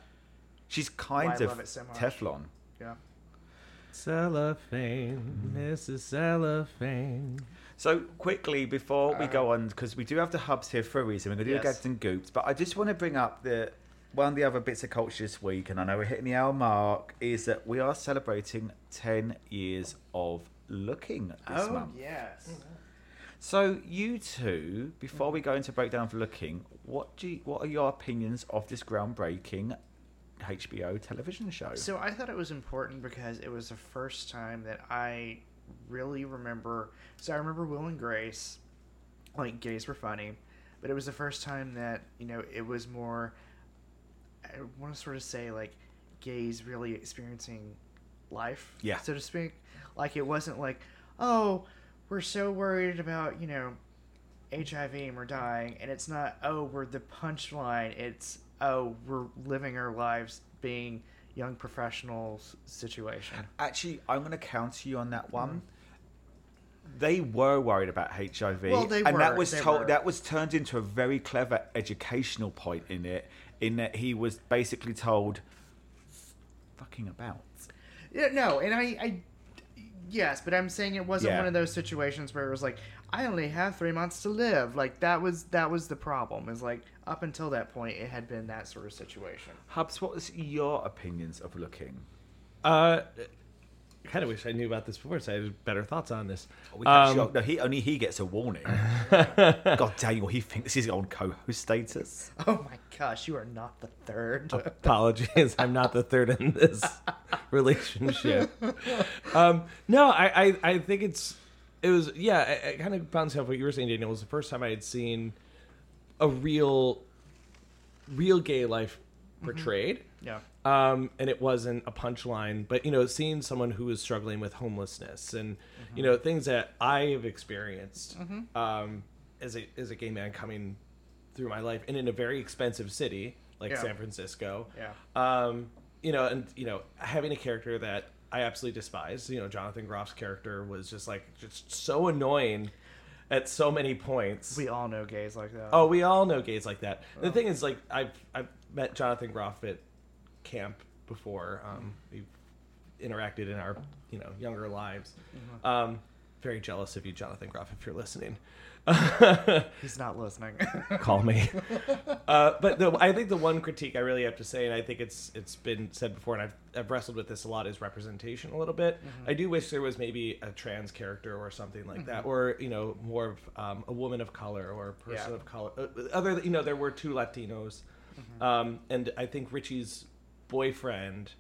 [SPEAKER 1] She's kind
[SPEAKER 2] I
[SPEAKER 1] of
[SPEAKER 2] love it so much.
[SPEAKER 1] Teflon.
[SPEAKER 2] yeah.
[SPEAKER 3] Cellophane, Mrs. Cellophane.
[SPEAKER 1] So quickly before we go on, because we do have the hubs here for a reason. We're going to do
[SPEAKER 2] Yes.
[SPEAKER 1] Gads and Goops, but I just want to bring up the one of the other bits of culture this week, and I know we're hitting the hour mark, is that we are celebrating ten years of looking this
[SPEAKER 2] Oh,
[SPEAKER 1] month.
[SPEAKER 2] yes.
[SPEAKER 1] Mm-hmm. So you two, before we go into breakdown for looking, what do you, what are your opinions of this groundbreaking HBO television show?
[SPEAKER 2] So I thought it was important because it was the first time that I really remember. So I remember Will and Grace, like gays were funny, but it was the first time that you know it was more. I want to sort of say like gays really experiencing life,
[SPEAKER 1] Yeah.
[SPEAKER 2] so to speak. Like it wasn't like, oh, we're so worried about you know HIV and we're dying, and it's not, oh, we're the punchline. It's, oh, we're living our lives being young professionals situation.
[SPEAKER 1] Actually, I'm going to counter you on that one. They were worried about HIV,
[SPEAKER 2] Well, they
[SPEAKER 1] and that
[SPEAKER 2] were,
[SPEAKER 1] was
[SPEAKER 2] they
[SPEAKER 1] told,
[SPEAKER 2] were.
[SPEAKER 1] that was turned into a very clever educational point in it, in that he was basically told, "Fucking about."
[SPEAKER 2] Yeah, no, and I, I, yes, but I'm saying it wasn't
[SPEAKER 1] Yeah.
[SPEAKER 2] one of those situations where it was like, I only have three months to live. Like that was that was the problem. Is like up until that point, it had been that sort of situation. *laughs*
[SPEAKER 1] Hubs, what was your opinions of looking?
[SPEAKER 3] Uh, kind of wish I knew about this before, so I had better thoughts on this.
[SPEAKER 1] Oh, We
[SPEAKER 3] Um,
[SPEAKER 1] actually- no, he only he gets a *laughs* warning. God damn, what he thinks his own co-host status.
[SPEAKER 2] Oh my gosh, you are not the third.
[SPEAKER 1] Uh,
[SPEAKER 3] apologies i'm not the third in *laughs* this relationship um no i i, I think it's it was yeah I, I kind of bounced off what you were saying daniel it was the first time i had seen a real real gay life
[SPEAKER 2] Mm-hmm.
[SPEAKER 3] portrayed
[SPEAKER 2] *laughs* yeah.
[SPEAKER 3] um, and it wasn't a punchline, but you know, seeing someone who is struggling with homelessness and
[SPEAKER 2] Mm-hmm.
[SPEAKER 3] you know things that I have experienced um, as a as a gay man coming through my life and in a very expensive city like
[SPEAKER 2] Yeah.
[SPEAKER 3] San Francisco,
[SPEAKER 2] Yeah.
[SPEAKER 1] uh,
[SPEAKER 3] um, you know, and you know, having a character that I absolutely despise, you know, Jonathan Groff's character was just like just so annoying at so many points.
[SPEAKER 2] We all know gays like that.
[SPEAKER 3] Oh, we all know gays like that. The thing is, like, I've I've met Jonathan Groff at camp before. Um, we've interacted in our you know younger lives. Um, very jealous of you, Jonathan Groff, if you're listening. *laughs*
[SPEAKER 2] He's not listening. *laughs*
[SPEAKER 3] Call me. *laughs* uh, but the, I think the one critique I really have to say, and I think it's it's been said before, and I've, I've wrestled with this a lot, is representation a little bit.
[SPEAKER 1] Mm-hmm.
[SPEAKER 3] I do wish there was maybe a trans character or something like that, or you know, more of um, a woman of color or a person
[SPEAKER 2] Yeah.
[SPEAKER 3] of color. Uh, Other, you know, there were two Latinos,
[SPEAKER 1] Mm-hmm.
[SPEAKER 3] um, and I think Richie's boyfriend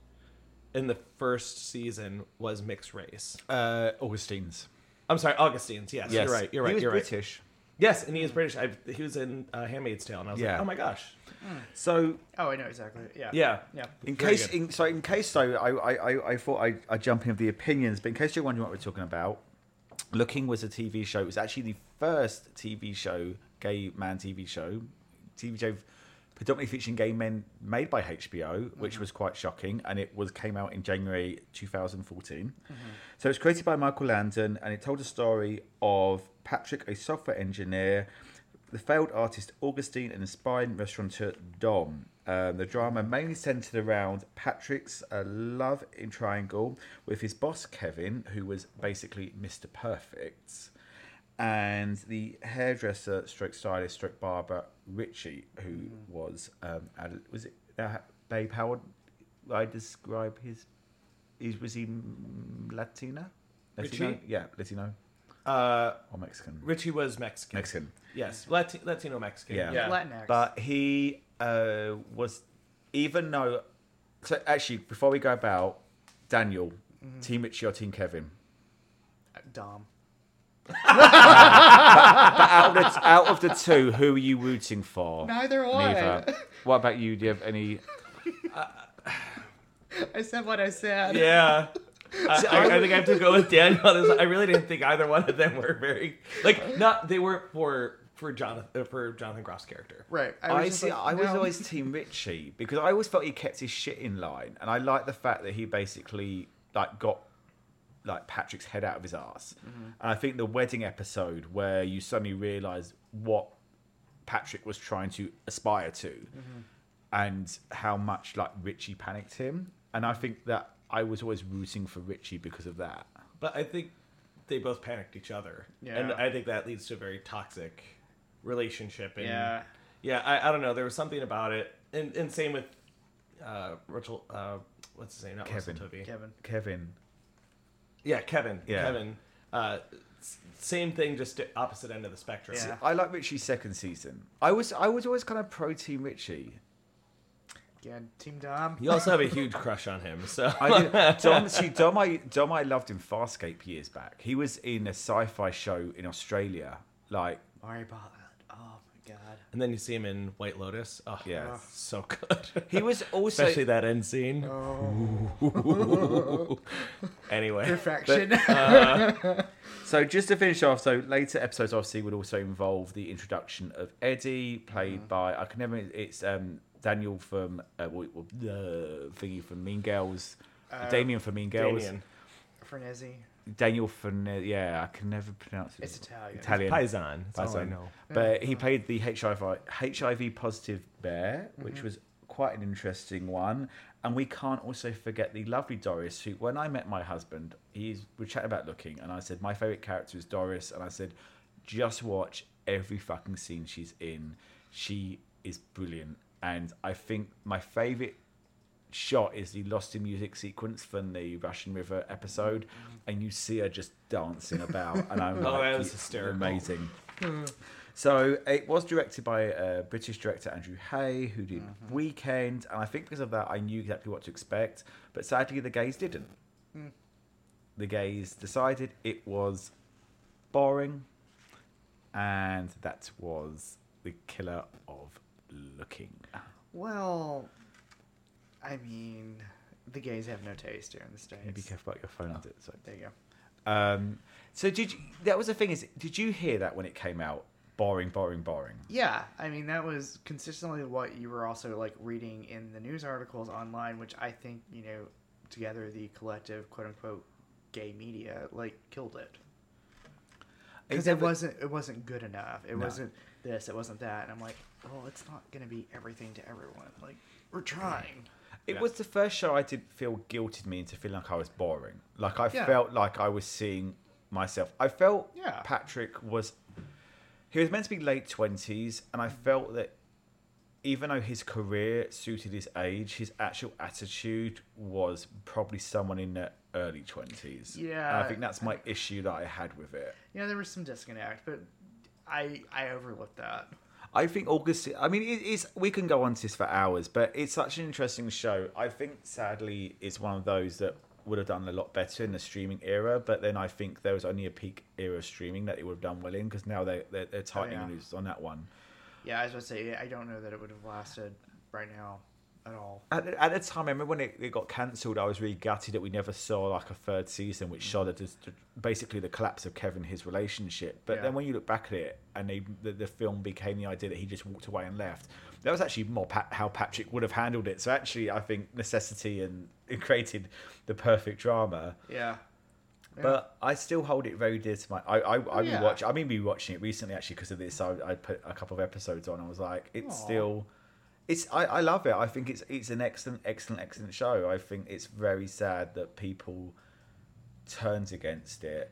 [SPEAKER 3] in the first season was mixed race.
[SPEAKER 1] Uh, Augustine's.
[SPEAKER 3] I'm sorry, Augustine's. Yes, you're right. You're right.
[SPEAKER 1] He was
[SPEAKER 3] you're right.
[SPEAKER 1] British.
[SPEAKER 3] Yes, and he is British. I, he was in uh, *Handmaid's Tale*, and I was like,
[SPEAKER 1] Yeah.
[SPEAKER 3] "Oh my gosh!"
[SPEAKER 1] So
[SPEAKER 2] oh, I know exactly. Yeah.
[SPEAKER 3] Yeah,
[SPEAKER 2] Yeah.
[SPEAKER 1] In
[SPEAKER 3] Very
[SPEAKER 1] case,
[SPEAKER 3] good.
[SPEAKER 1] in, so in case, though, I, I, I, I thought I, I'd jump in with the opinions, but in case you're wondering what we're talking about, Looking was a TV show. It was actually the first TV show, gay man TV show, TV show predominantly featuring gay men made by HBO, which
[SPEAKER 3] Mm-hmm.
[SPEAKER 1] was quite shocking, and it was came out in January 2014.
[SPEAKER 3] Mm-hmm.
[SPEAKER 1] So it was created by Michael Landon, and it told a story of Patrick, a software engineer, the failed artist Augustine and aspiring restaurateur Dom. Um, the drama mainly centered around Patrick's uh, love in triangle with his boss Kevin, who was basically Mr. Perfect, and the hairdresser, stroke stylist, stroke barber Richie, who
[SPEAKER 3] Mm-hmm.
[SPEAKER 1] was um, ad- was it uh, Babe Howard? I describe his. Is was he mm, Latina? Latino?
[SPEAKER 3] Richie?
[SPEAKER 1] yeah, Latino
[SPEAKER 3] Uh,
[SPEAKER 1] or Mexican?
[SPEAKER 3] Richie was Mexican.
[SPEAKER 1] Mexican.
[SPEAKER 3] Yes, Lati- Latino Mexican.
[SPEAKER 1] Yeah.
[SPEAKER 2] Latinx.
[SPEAKER 1] But he uh, was, even though. So actually, before we go about Daniel, Team Richie or Team Kevin?
[SPEAKER 2] Uh, Dom.
[SPEAKER 1] Out of, the, out of the two, who are you rooting for?
[SPEAKER 2] Neither one.
[SPEAKER 1] Neither. What about you? Do you have any?
[SPEAKER 2] I said what I said.
[SPEAKER 3] Yeah. I,
[SPEAKER 1] See,
[SPEAKER 3] I-
[SPEAKER 1] I
[SPEAKER 3] I think I have to go with Daniel. on this. I really didn't think either one of them were very like not. They were for for Jonathan uh, for Jonathan Groff's character.
[SPEAKER 2] Right. was
[SPEAKER 1] I
[SPEAKER 2] just
[SPEAKER 1] see.
[SPEAKER 2] like,
[SPEAKER 1] I was
[SPEAKER 2] no.
[SPEAKER 1] always Team Richie because I always felt he kept his shit in line, and I like the fact that he basically like got like Patrick's head out of his ass. And I think the wedding episode where you suddenly realise what Patrick was trying to Mm-hmm. aspire to, and how much like Richie panicked him, and I think that. I- I was always rooting for Richie because of that.
[SPEAKER 3] But I think they both panicked each other.
[SPEAKER 2] Yeah.
[SPEAKER 3] And I think that leads to a very toxic relationship. And
[SPEAKER 2] Yeah.
[SPEAKER 3] Yeah, I, I don't know. There was something about it. And, and same with uh, Rachel, uh, what's his name? Not Russell
[SPEAKER 1] Kevin.
[SPEAKER 3] Tovey.
[SPEAKER 2] Kevin.
[SPEAKER 1] Kevin,
[SPEAKER 3] Yeah, Kevin.
[SPEAKER 1] Yeah.
[SPEAKER 3] Kevin. Uh, s- same thing, just di- opposite end of the spectrum.
[SPEAKER 2] Yeah.
[SPEAKER 1] I like Richie's second season. I was I was always kind of pro Team Richie.
[SPEAKER 2] Yeah, Team Dom.
[SPEAKER 3] You also have a huge crush on him, so
[SPEAKER 1] I *laughs* did, Dom, see, Dom, I, Dom, I loved in Farscape years back. He was in a sci-fi show in Australia. Like,
[SPEAKER 2] Mari Bot. Oh my god.
[SPEAKER 3] and then you see him in White Lotus. Oh,
[SPEAKER 1] Yeah.
[SPEAKER 3] it's so good.
[SPEAKER 1] he *laughs* was also
[SPEAKER 3] Especially that end scene.
[SPEAKER 2] Oh,
[SPEAKER 3] anyway,
[SPEAKER 2] Perfection.
[SPEAKER 1] So just to finish off, so later episodes obviously would also involve the introduction of Eddie, played by I can never. It's um, Daniel from uh, well, well, the thingy from Mean Girls,
[SPEAKER 2] Uh,
[SPEAKER 1] Damien from Mean Girls,
[SPEAKER 3] Damien.
[SPEAKER 2] *laughs* Frenesi.
[SPEAKER 1] Daniel from uh, yeah, I can never pronounce it.
[SPEAKER 2] It's Italian.
[SPEAKER 1] Italian. Oh,
[SPEAKER 3] Paisan. That's all I
[SPEAKER 1] Paisan.
[SPEAKER 3] know.
[SPEAKER 1] But he played the HIV HIV positive bear, which was quite an interesting one. And we can't also forget the lovely Doris, who when I met my husband, he's we were chatting about looking, and I said my favorite character is Doris, and I said, just watch every fucking scene she's in. She is brilliant, and I think my favorite shot is the lost in music sequence from the Russian River episode, and you see her just dancing about, and I'm
[SPEAKER 3] *laughs* Oh,
[SPEAKER 1] like,
[SPEAKER 3] that was
[SPEAKER 1] "You're
[SPEAKER 3] hysterical." Hmm.
[SPEAKER 1] amazing. So it was directed by uh, British director Andrew Hay, who did
[SPEAKER 3] Mm-hmm.
[SPEAKER 1] Weekend, and I think because of that, I knew exactly what to expect. But sadly, the gays didn't.
[SPEAKER 3] Hmm.
[SPEAKER 1] The gays decided it was boring, and that was the killer of looking.
[SPEAKER 3] Ah,
[SPEAKER 2] Well, I mean, the gays have no taste here in the states.
[SPEAKER 1] Be careful about your phone.
[SPEAKER 3] oh.
[SPEAKER 1] I did- sorry.
[SPEAKER 2] There you go.
[SPEAKER 1] Um, so did you, that was the thing is did you hear that when it came out? Boring, boring, boring.
[SPEAKER 2] Yeah, I mean that was consistently what you were also like reading in the news articles online, which I think you know together the collective quote unquote gay media like killed it because it
[SPEAKER 1] Except that-
[SPEAKER 2] wasn't it wasn't good enough. It
[SPEAKER 1] No.
[SPEAKER 2] wasn't this. It wasn't that. And I'm like, well, it's not gonna be everything to everyone. Like we're trying.
[SPEAKER 1] It
[SPEAKER 3] Yeah.
[SPEAKER 1] was the first show I did feel guilted me into feeling like I was boring. Like I
[SPEAKER 2] Yeah.
[SPEAKER 1] felt like I was seeing myself. I felt
[SPEAKER 2] Yeah.
[SPEAKER 1] Patrick was he was meant to be late twenties, and I felt that even though his career suited his age, his actual attitude was probably someone in their early twenties. and
[SPEAKER 2] Yeah.
[SPEAKER 1] I think that's my issue that I had with it.
[SPEAKER 2] You know, there was some disconnect, but I I overlooked that.
[SPEAKER 1] I think August. I mean, it is. We can go on to this for hours, but it's such an interesting show. I think, sadly, it's one of those that would have done a lot better in the streaming era. But then I think there was only a peak era of streaming that it would have done well in because now they're they're, they're tightening
[SPEAKER 2] yeah.
[SPEAKER 1] loose on that one.
[SPEAKER 2] Yeah, I was gonna say I don't know that it would have lasted right now at all.
[SPEAKER 1] At, the- at the time, I remember when it, it got cancelled, I was really gutted that we never saw like a third season, which showed that just basically the collapse of Kevin his relationship. But
[SPEAKER 2] Yeah.
[SPEAKER 1] then when you look back at it, and they, the, the film became the idea that he just walked away and left, that was actually more pa- how Patrick would have handled it. So actually, I think necessity and it created the perfect drama.
[SPEAKER 2] Yeah. Yeah.
[SPEAKER 1] But I still hold it very dear to my. I I, I
[SPEAKER 2] yeah.
[SPEAKER 1] rewatch. I mean, rewatching it recently actually because of this. I, I put a couple of episodes on. I was like, it's
[SPEAKER 2] Aw.
[SPEAKER 1] still, it's. I, I love it. I think it's it's an excellent, excellent, excellent show. I think it's very sad that people turns against it,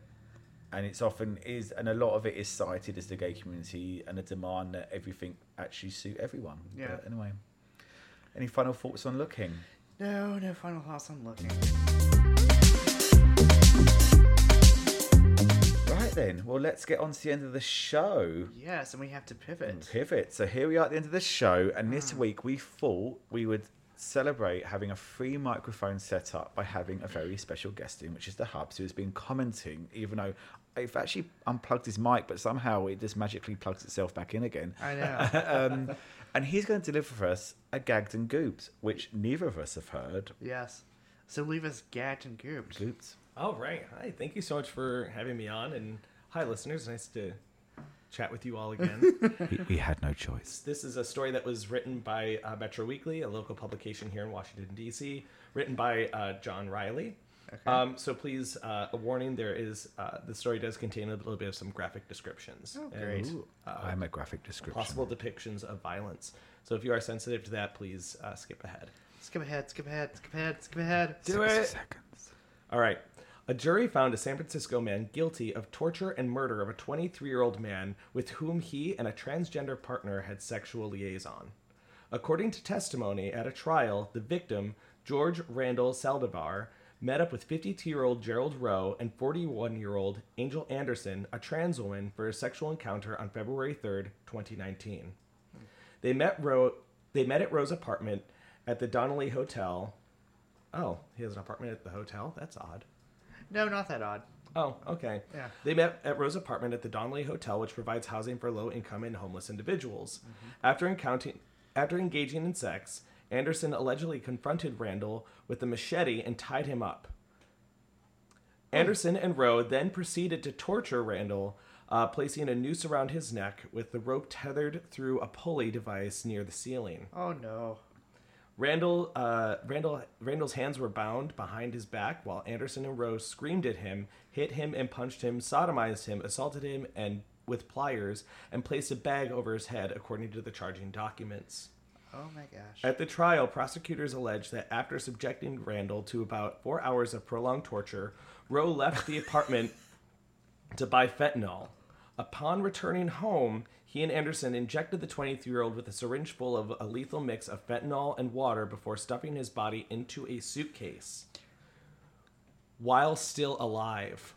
[SPEAKER 1] and it's often is and a lot of it is cited as the gay community and a demand that everything actually suit everyone.
[SPEAKER 2] Yeah.
[SPEAKER 1] But anyway, any final thoughts on looking?
[SPEAKER 2] No, no final thoughts on looking.
[SPEAKER 1] Right then. Well, let's get on to the end of the show.
[SPEAKER 2] Yes, and we have to
[SPEAKER 3] Mm.
[SPEAKER 2] pivot.
[SPEAKER 1] Pivot. So here we are at the end of the show, and this week we thought we would celebrate having a free microphone set up by having a very special guest in, which is the Hubs, who has been commenting, even though I've actually unplugged his mic, but somehow it just magically plugs itself back in
[SPEAKER 3] *laughs*
[SPEAKER 1] again.
[SPEAKER 2] I know. *laughs*
[SPEAKER 1] um, and he's going to deliver for us a Gagged and Goobs, which neither of us have heard.
[SPEAKER 2] yes. So leave us gagged and gooped.
[SPEAKER 1] Goobs.
[SPEAKER 3] All right. Hi. Thank you so much for having me on. And hi, listeners. Nice to chat with you all again.
[SPEAKER 1] We, we had no choice.
[SPEAKER 3] this is a story that was written by uh, Metro Weekly, a local publication here in Washington, D.C., written by uh, John Riley. Um, so please, uh, a warning: there is uh, the story does contain a little bit of some graphic descriptions.
[SPEAKER 2] Oh,
[SPEAKER 3] and, uh,
[SPEAKER 2] great.
[SPEAKER 1] Ooh, I'm a graphic description.
[SPEAKER 3] possible depictions of violence. So if you are sensitive to that, please uh, skip ahead.
[SPEAKER 2] Skip ahead, skip ahead, skip ahead, skip ahead.
[SPEAKER 3] Do it.
[SPEAKER 1] seconds.
[SPEAKER 3] All right. A jury found a San Francisco man guilty of torture and murder of a 23 year old man with whom he and a transgender partner had sexual liaison. According to testimony at a trial, the victim, George Randall Saldivar, met up with 52 year old Gerald Rowe and 41 year old Angel Anderson, a trans woman, for a sexual encounter on February 3rd, 2019. They met Ro- they met at Rowe's apartment at the Donnelly Hotel. Oh, he has an apartment at the hotel? That's odd.
[SPEAKER 2] No, not that odd.
[SPEAKER 3] Oh, okay.
[SPEAKER 2] Yeah.
[SPEAKER 3] They met at Rose's apartment at the Donnelly Hotel, which provides housing for low income and homeless individuals. After, encountering, after engaging in sex, Anderson allegedly confronted Randall with a machete and tied him up. Anderson and Rowe then proceeded to torture Randall, uh, placing a noose around his neck with the rope tethered through a pulley device near the ceiling.
[SPEAKER 2] Oh no.
[SPEAKER 3] Randall, uh, Randall, Randall's hands were bound behind his back while Anderson and Rose screamed at him, hit him and punched him, sodomized him, assaulted him, and with pliers, and placed a bag over his head, according to the charging documents.
[SPEAKER 2] Oh my gosh.
[SPEAKER 3] At the trial, prosecutors alleged that after subjecting Randall to about four hours of prolonged torture, Rowe left the apartment *laughs* to buy fentanyl. Upon returning home, he and Anderson injected the 23 year old with a syringe full of a lethal mix of fentanyl and water before stuffing his body into a suitcase while still alive.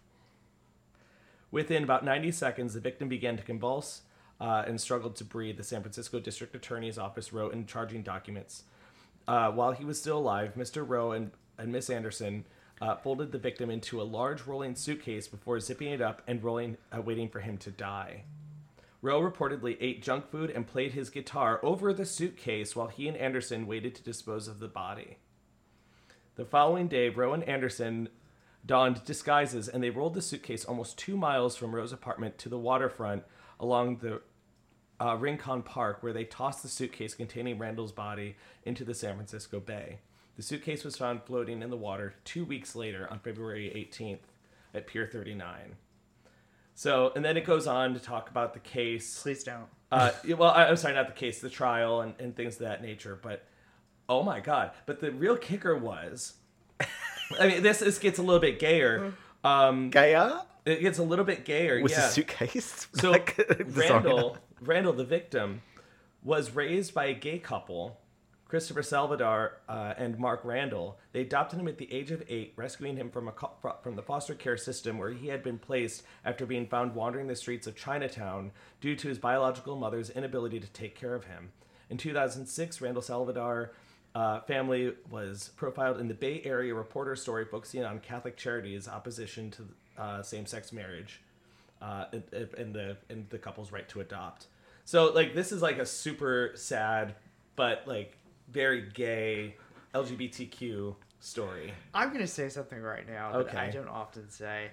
[SPEAKER 3] Within about 90 seconds, the victim began to convulse uh, and struggled to breathe. The San Francisco District Attorney's Office wrote in charging documents. Uh, while he was still alive, Mr. Rowe and, and Miss Anderson uh, folded the victim into a large rolling suitcase before zipping it up and rolling, uh, waiting for him to die. Rowe reportedly ate junk food and played his guitar over the suitcase while he and Anderson waited to dispose of the body. The following day, Rowe and Anderson donned disguises and they rolled the suitcase almost two miles from Rowe's apartment to the waterfront along the uh, Rincon Park, where they tossed the suitcase containing Randall's body into the San Francisco Bay. The suitcase was found floating in the water two weeks later on February 18th at Pier 39. So, and then it goes on to talk about the case
[SPEAKER 2] Please don't.
[SPEAKER 3] uh, yeah, well, I, I'm sorry, not the case, the trial and, and things of that nature. But oh my god! But the real kicker was, I mean, this this gets a little bit gayer. Um,
[SPEAKER 1] Gaia
[SPEAKER 3] it gets a little bit gayer.
[SPEAKER 1] with
[SPEAKER 3] yeah.
[SPEAKER 1] a suitcase. *laughs*
[SPEAKER 3] So
[SPEAKER 1] Like, sorry.
[SPEAKER 3] Randall, Randall, the victim, was raised by a gay couple, Christopher Salvador uh, and Mark Randall. They adopted him at the age of eight, rescuing him from a co- fro- from the foster care system where he had been placed after being found wandering the streets of Chinatown due to his biological mother's inability to take care of him. In 2006, Randall Salvador. Uh, family was profiled in the Bay Area Reporter story focusing on Catholic Charities' opposition to uh, same-sex marriage uh, and, and the and the couple's right to adopt. So like this is like a super sad but like very gay LGBTQ story.
[SPEAKER 2] I'm gonna say something right now that I
[SPEAKER 3] Okay.
[SPEAKER 2] don't often say.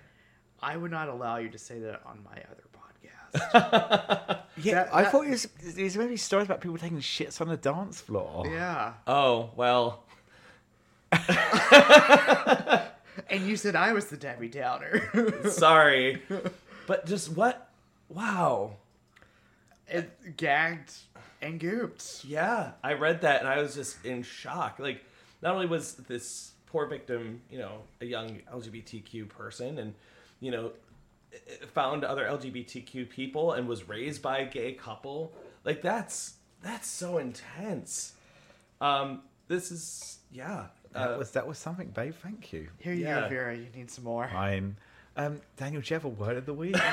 [SPEAKER 2] I would not allow you to say that on my other podcast.
[SPEAKER 3] *laughs*
[SPEAKER 1] Yeah,
[SPEAKER 2] That-
[SPEAKER 1] I
[SPEAKER 2] that-
[SPEAKER 1] thought it was, there's going to be stories about people taking shits on the dance floor.
[SPEAKER 2] yeah.
[SPEAKER 3] Oh well,
[SPEAKER 2] And you said I was the Debbie Downer. *laughs*
[SPEAKER 3] *laughs* sorry, but just what? Wow,
[SPEAKER 2] it gagged and gooped.
[SPEAKER 3] yeah, I read that and I was just in shock. Like, not only was this poor victim, you know, a young LGBTQ person, and you know, eh, found other LGBTQ people and was raised by a gay couple. Like that's that's so intense. Um, this is yeah.
[SPEAKER 1] That
[SPEAKER 3] Uh, *laughs*
[SPEAKER 1] was that was something, babe. Thank you.
[SPEAKER 2] Here you go,
[SPEAKER 3] Yeah.
[SPEAKER 2] Vera. You need some more.
[SPEAKER 1] Fine. Um, Daniel, do you have a word of the week?
[SPEAKER 3] you're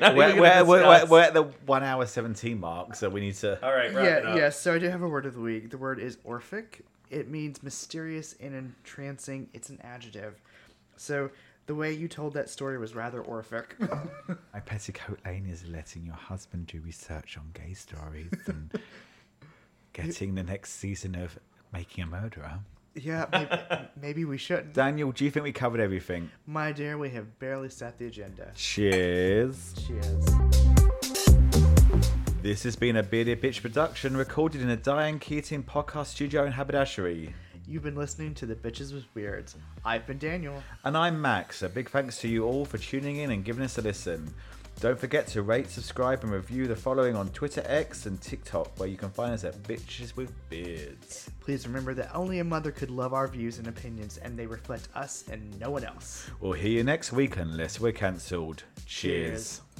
[SPEAKER 3] not
[SPEAKER 1] we're,
[SPEAKER 3] even
[SPEAKER 1] we're,
[SPEAKER 3] gonna
[SPEAKER 1] we're, we're,
[SPEAKER 3] discuss. Uh,
[SPEAKER 1] we're at the one hour 17 mark, so we need to.
[SPEAKER 3] All right, wrap it
[SPEAKER 2] yeah,
[SPEAKER 3] up.
[SPEAKER 2] yes. So I do have a word of the week. The word is orphic. It means mysterious and entrancing. It's an adjective. So the way you told that story was rather orphic. *laughs*
[SPEAKER 1] My petticoat lane is letting your husband do research on gay stories and getting the next season of Making a Murderer.
[SPEAKER 2] yeah,
[SPEAKER 3] *laughs*
[SPEAKER 2] maybe, maybe we shouldn't.
[SPEAKER 1] Daniel, do you think we covered everything?
[SPEAKER 2] My dear, we have barely set the agenda.
[SPEAKER 1] Cheers.
[SPEAKER 2] Cheers.
[SPEAKER 1] This has been a Bearded Bitch production recorded in a Diane Keating podcast studio in Haberdashery.
[SPEAKER 2] You've been listening to The Bitches with Weirds. I've been Daniel.
[SPEAKER 1] And I'm Max. A big thanks to you all for tuning in and giving us a listen. Don't forget to rate, subscribe, and review the following on Twitter, X, and TikTok, where you can find us at Bitches with Beards.
[SPEAKER 2] Please remember that only a mother could love our views and opinions, and they reflect us and no one else.
[SPEAKER 1] We'll hear you next week unless we're cancelled. Cheers.
[SPEAKER 2] Cheers.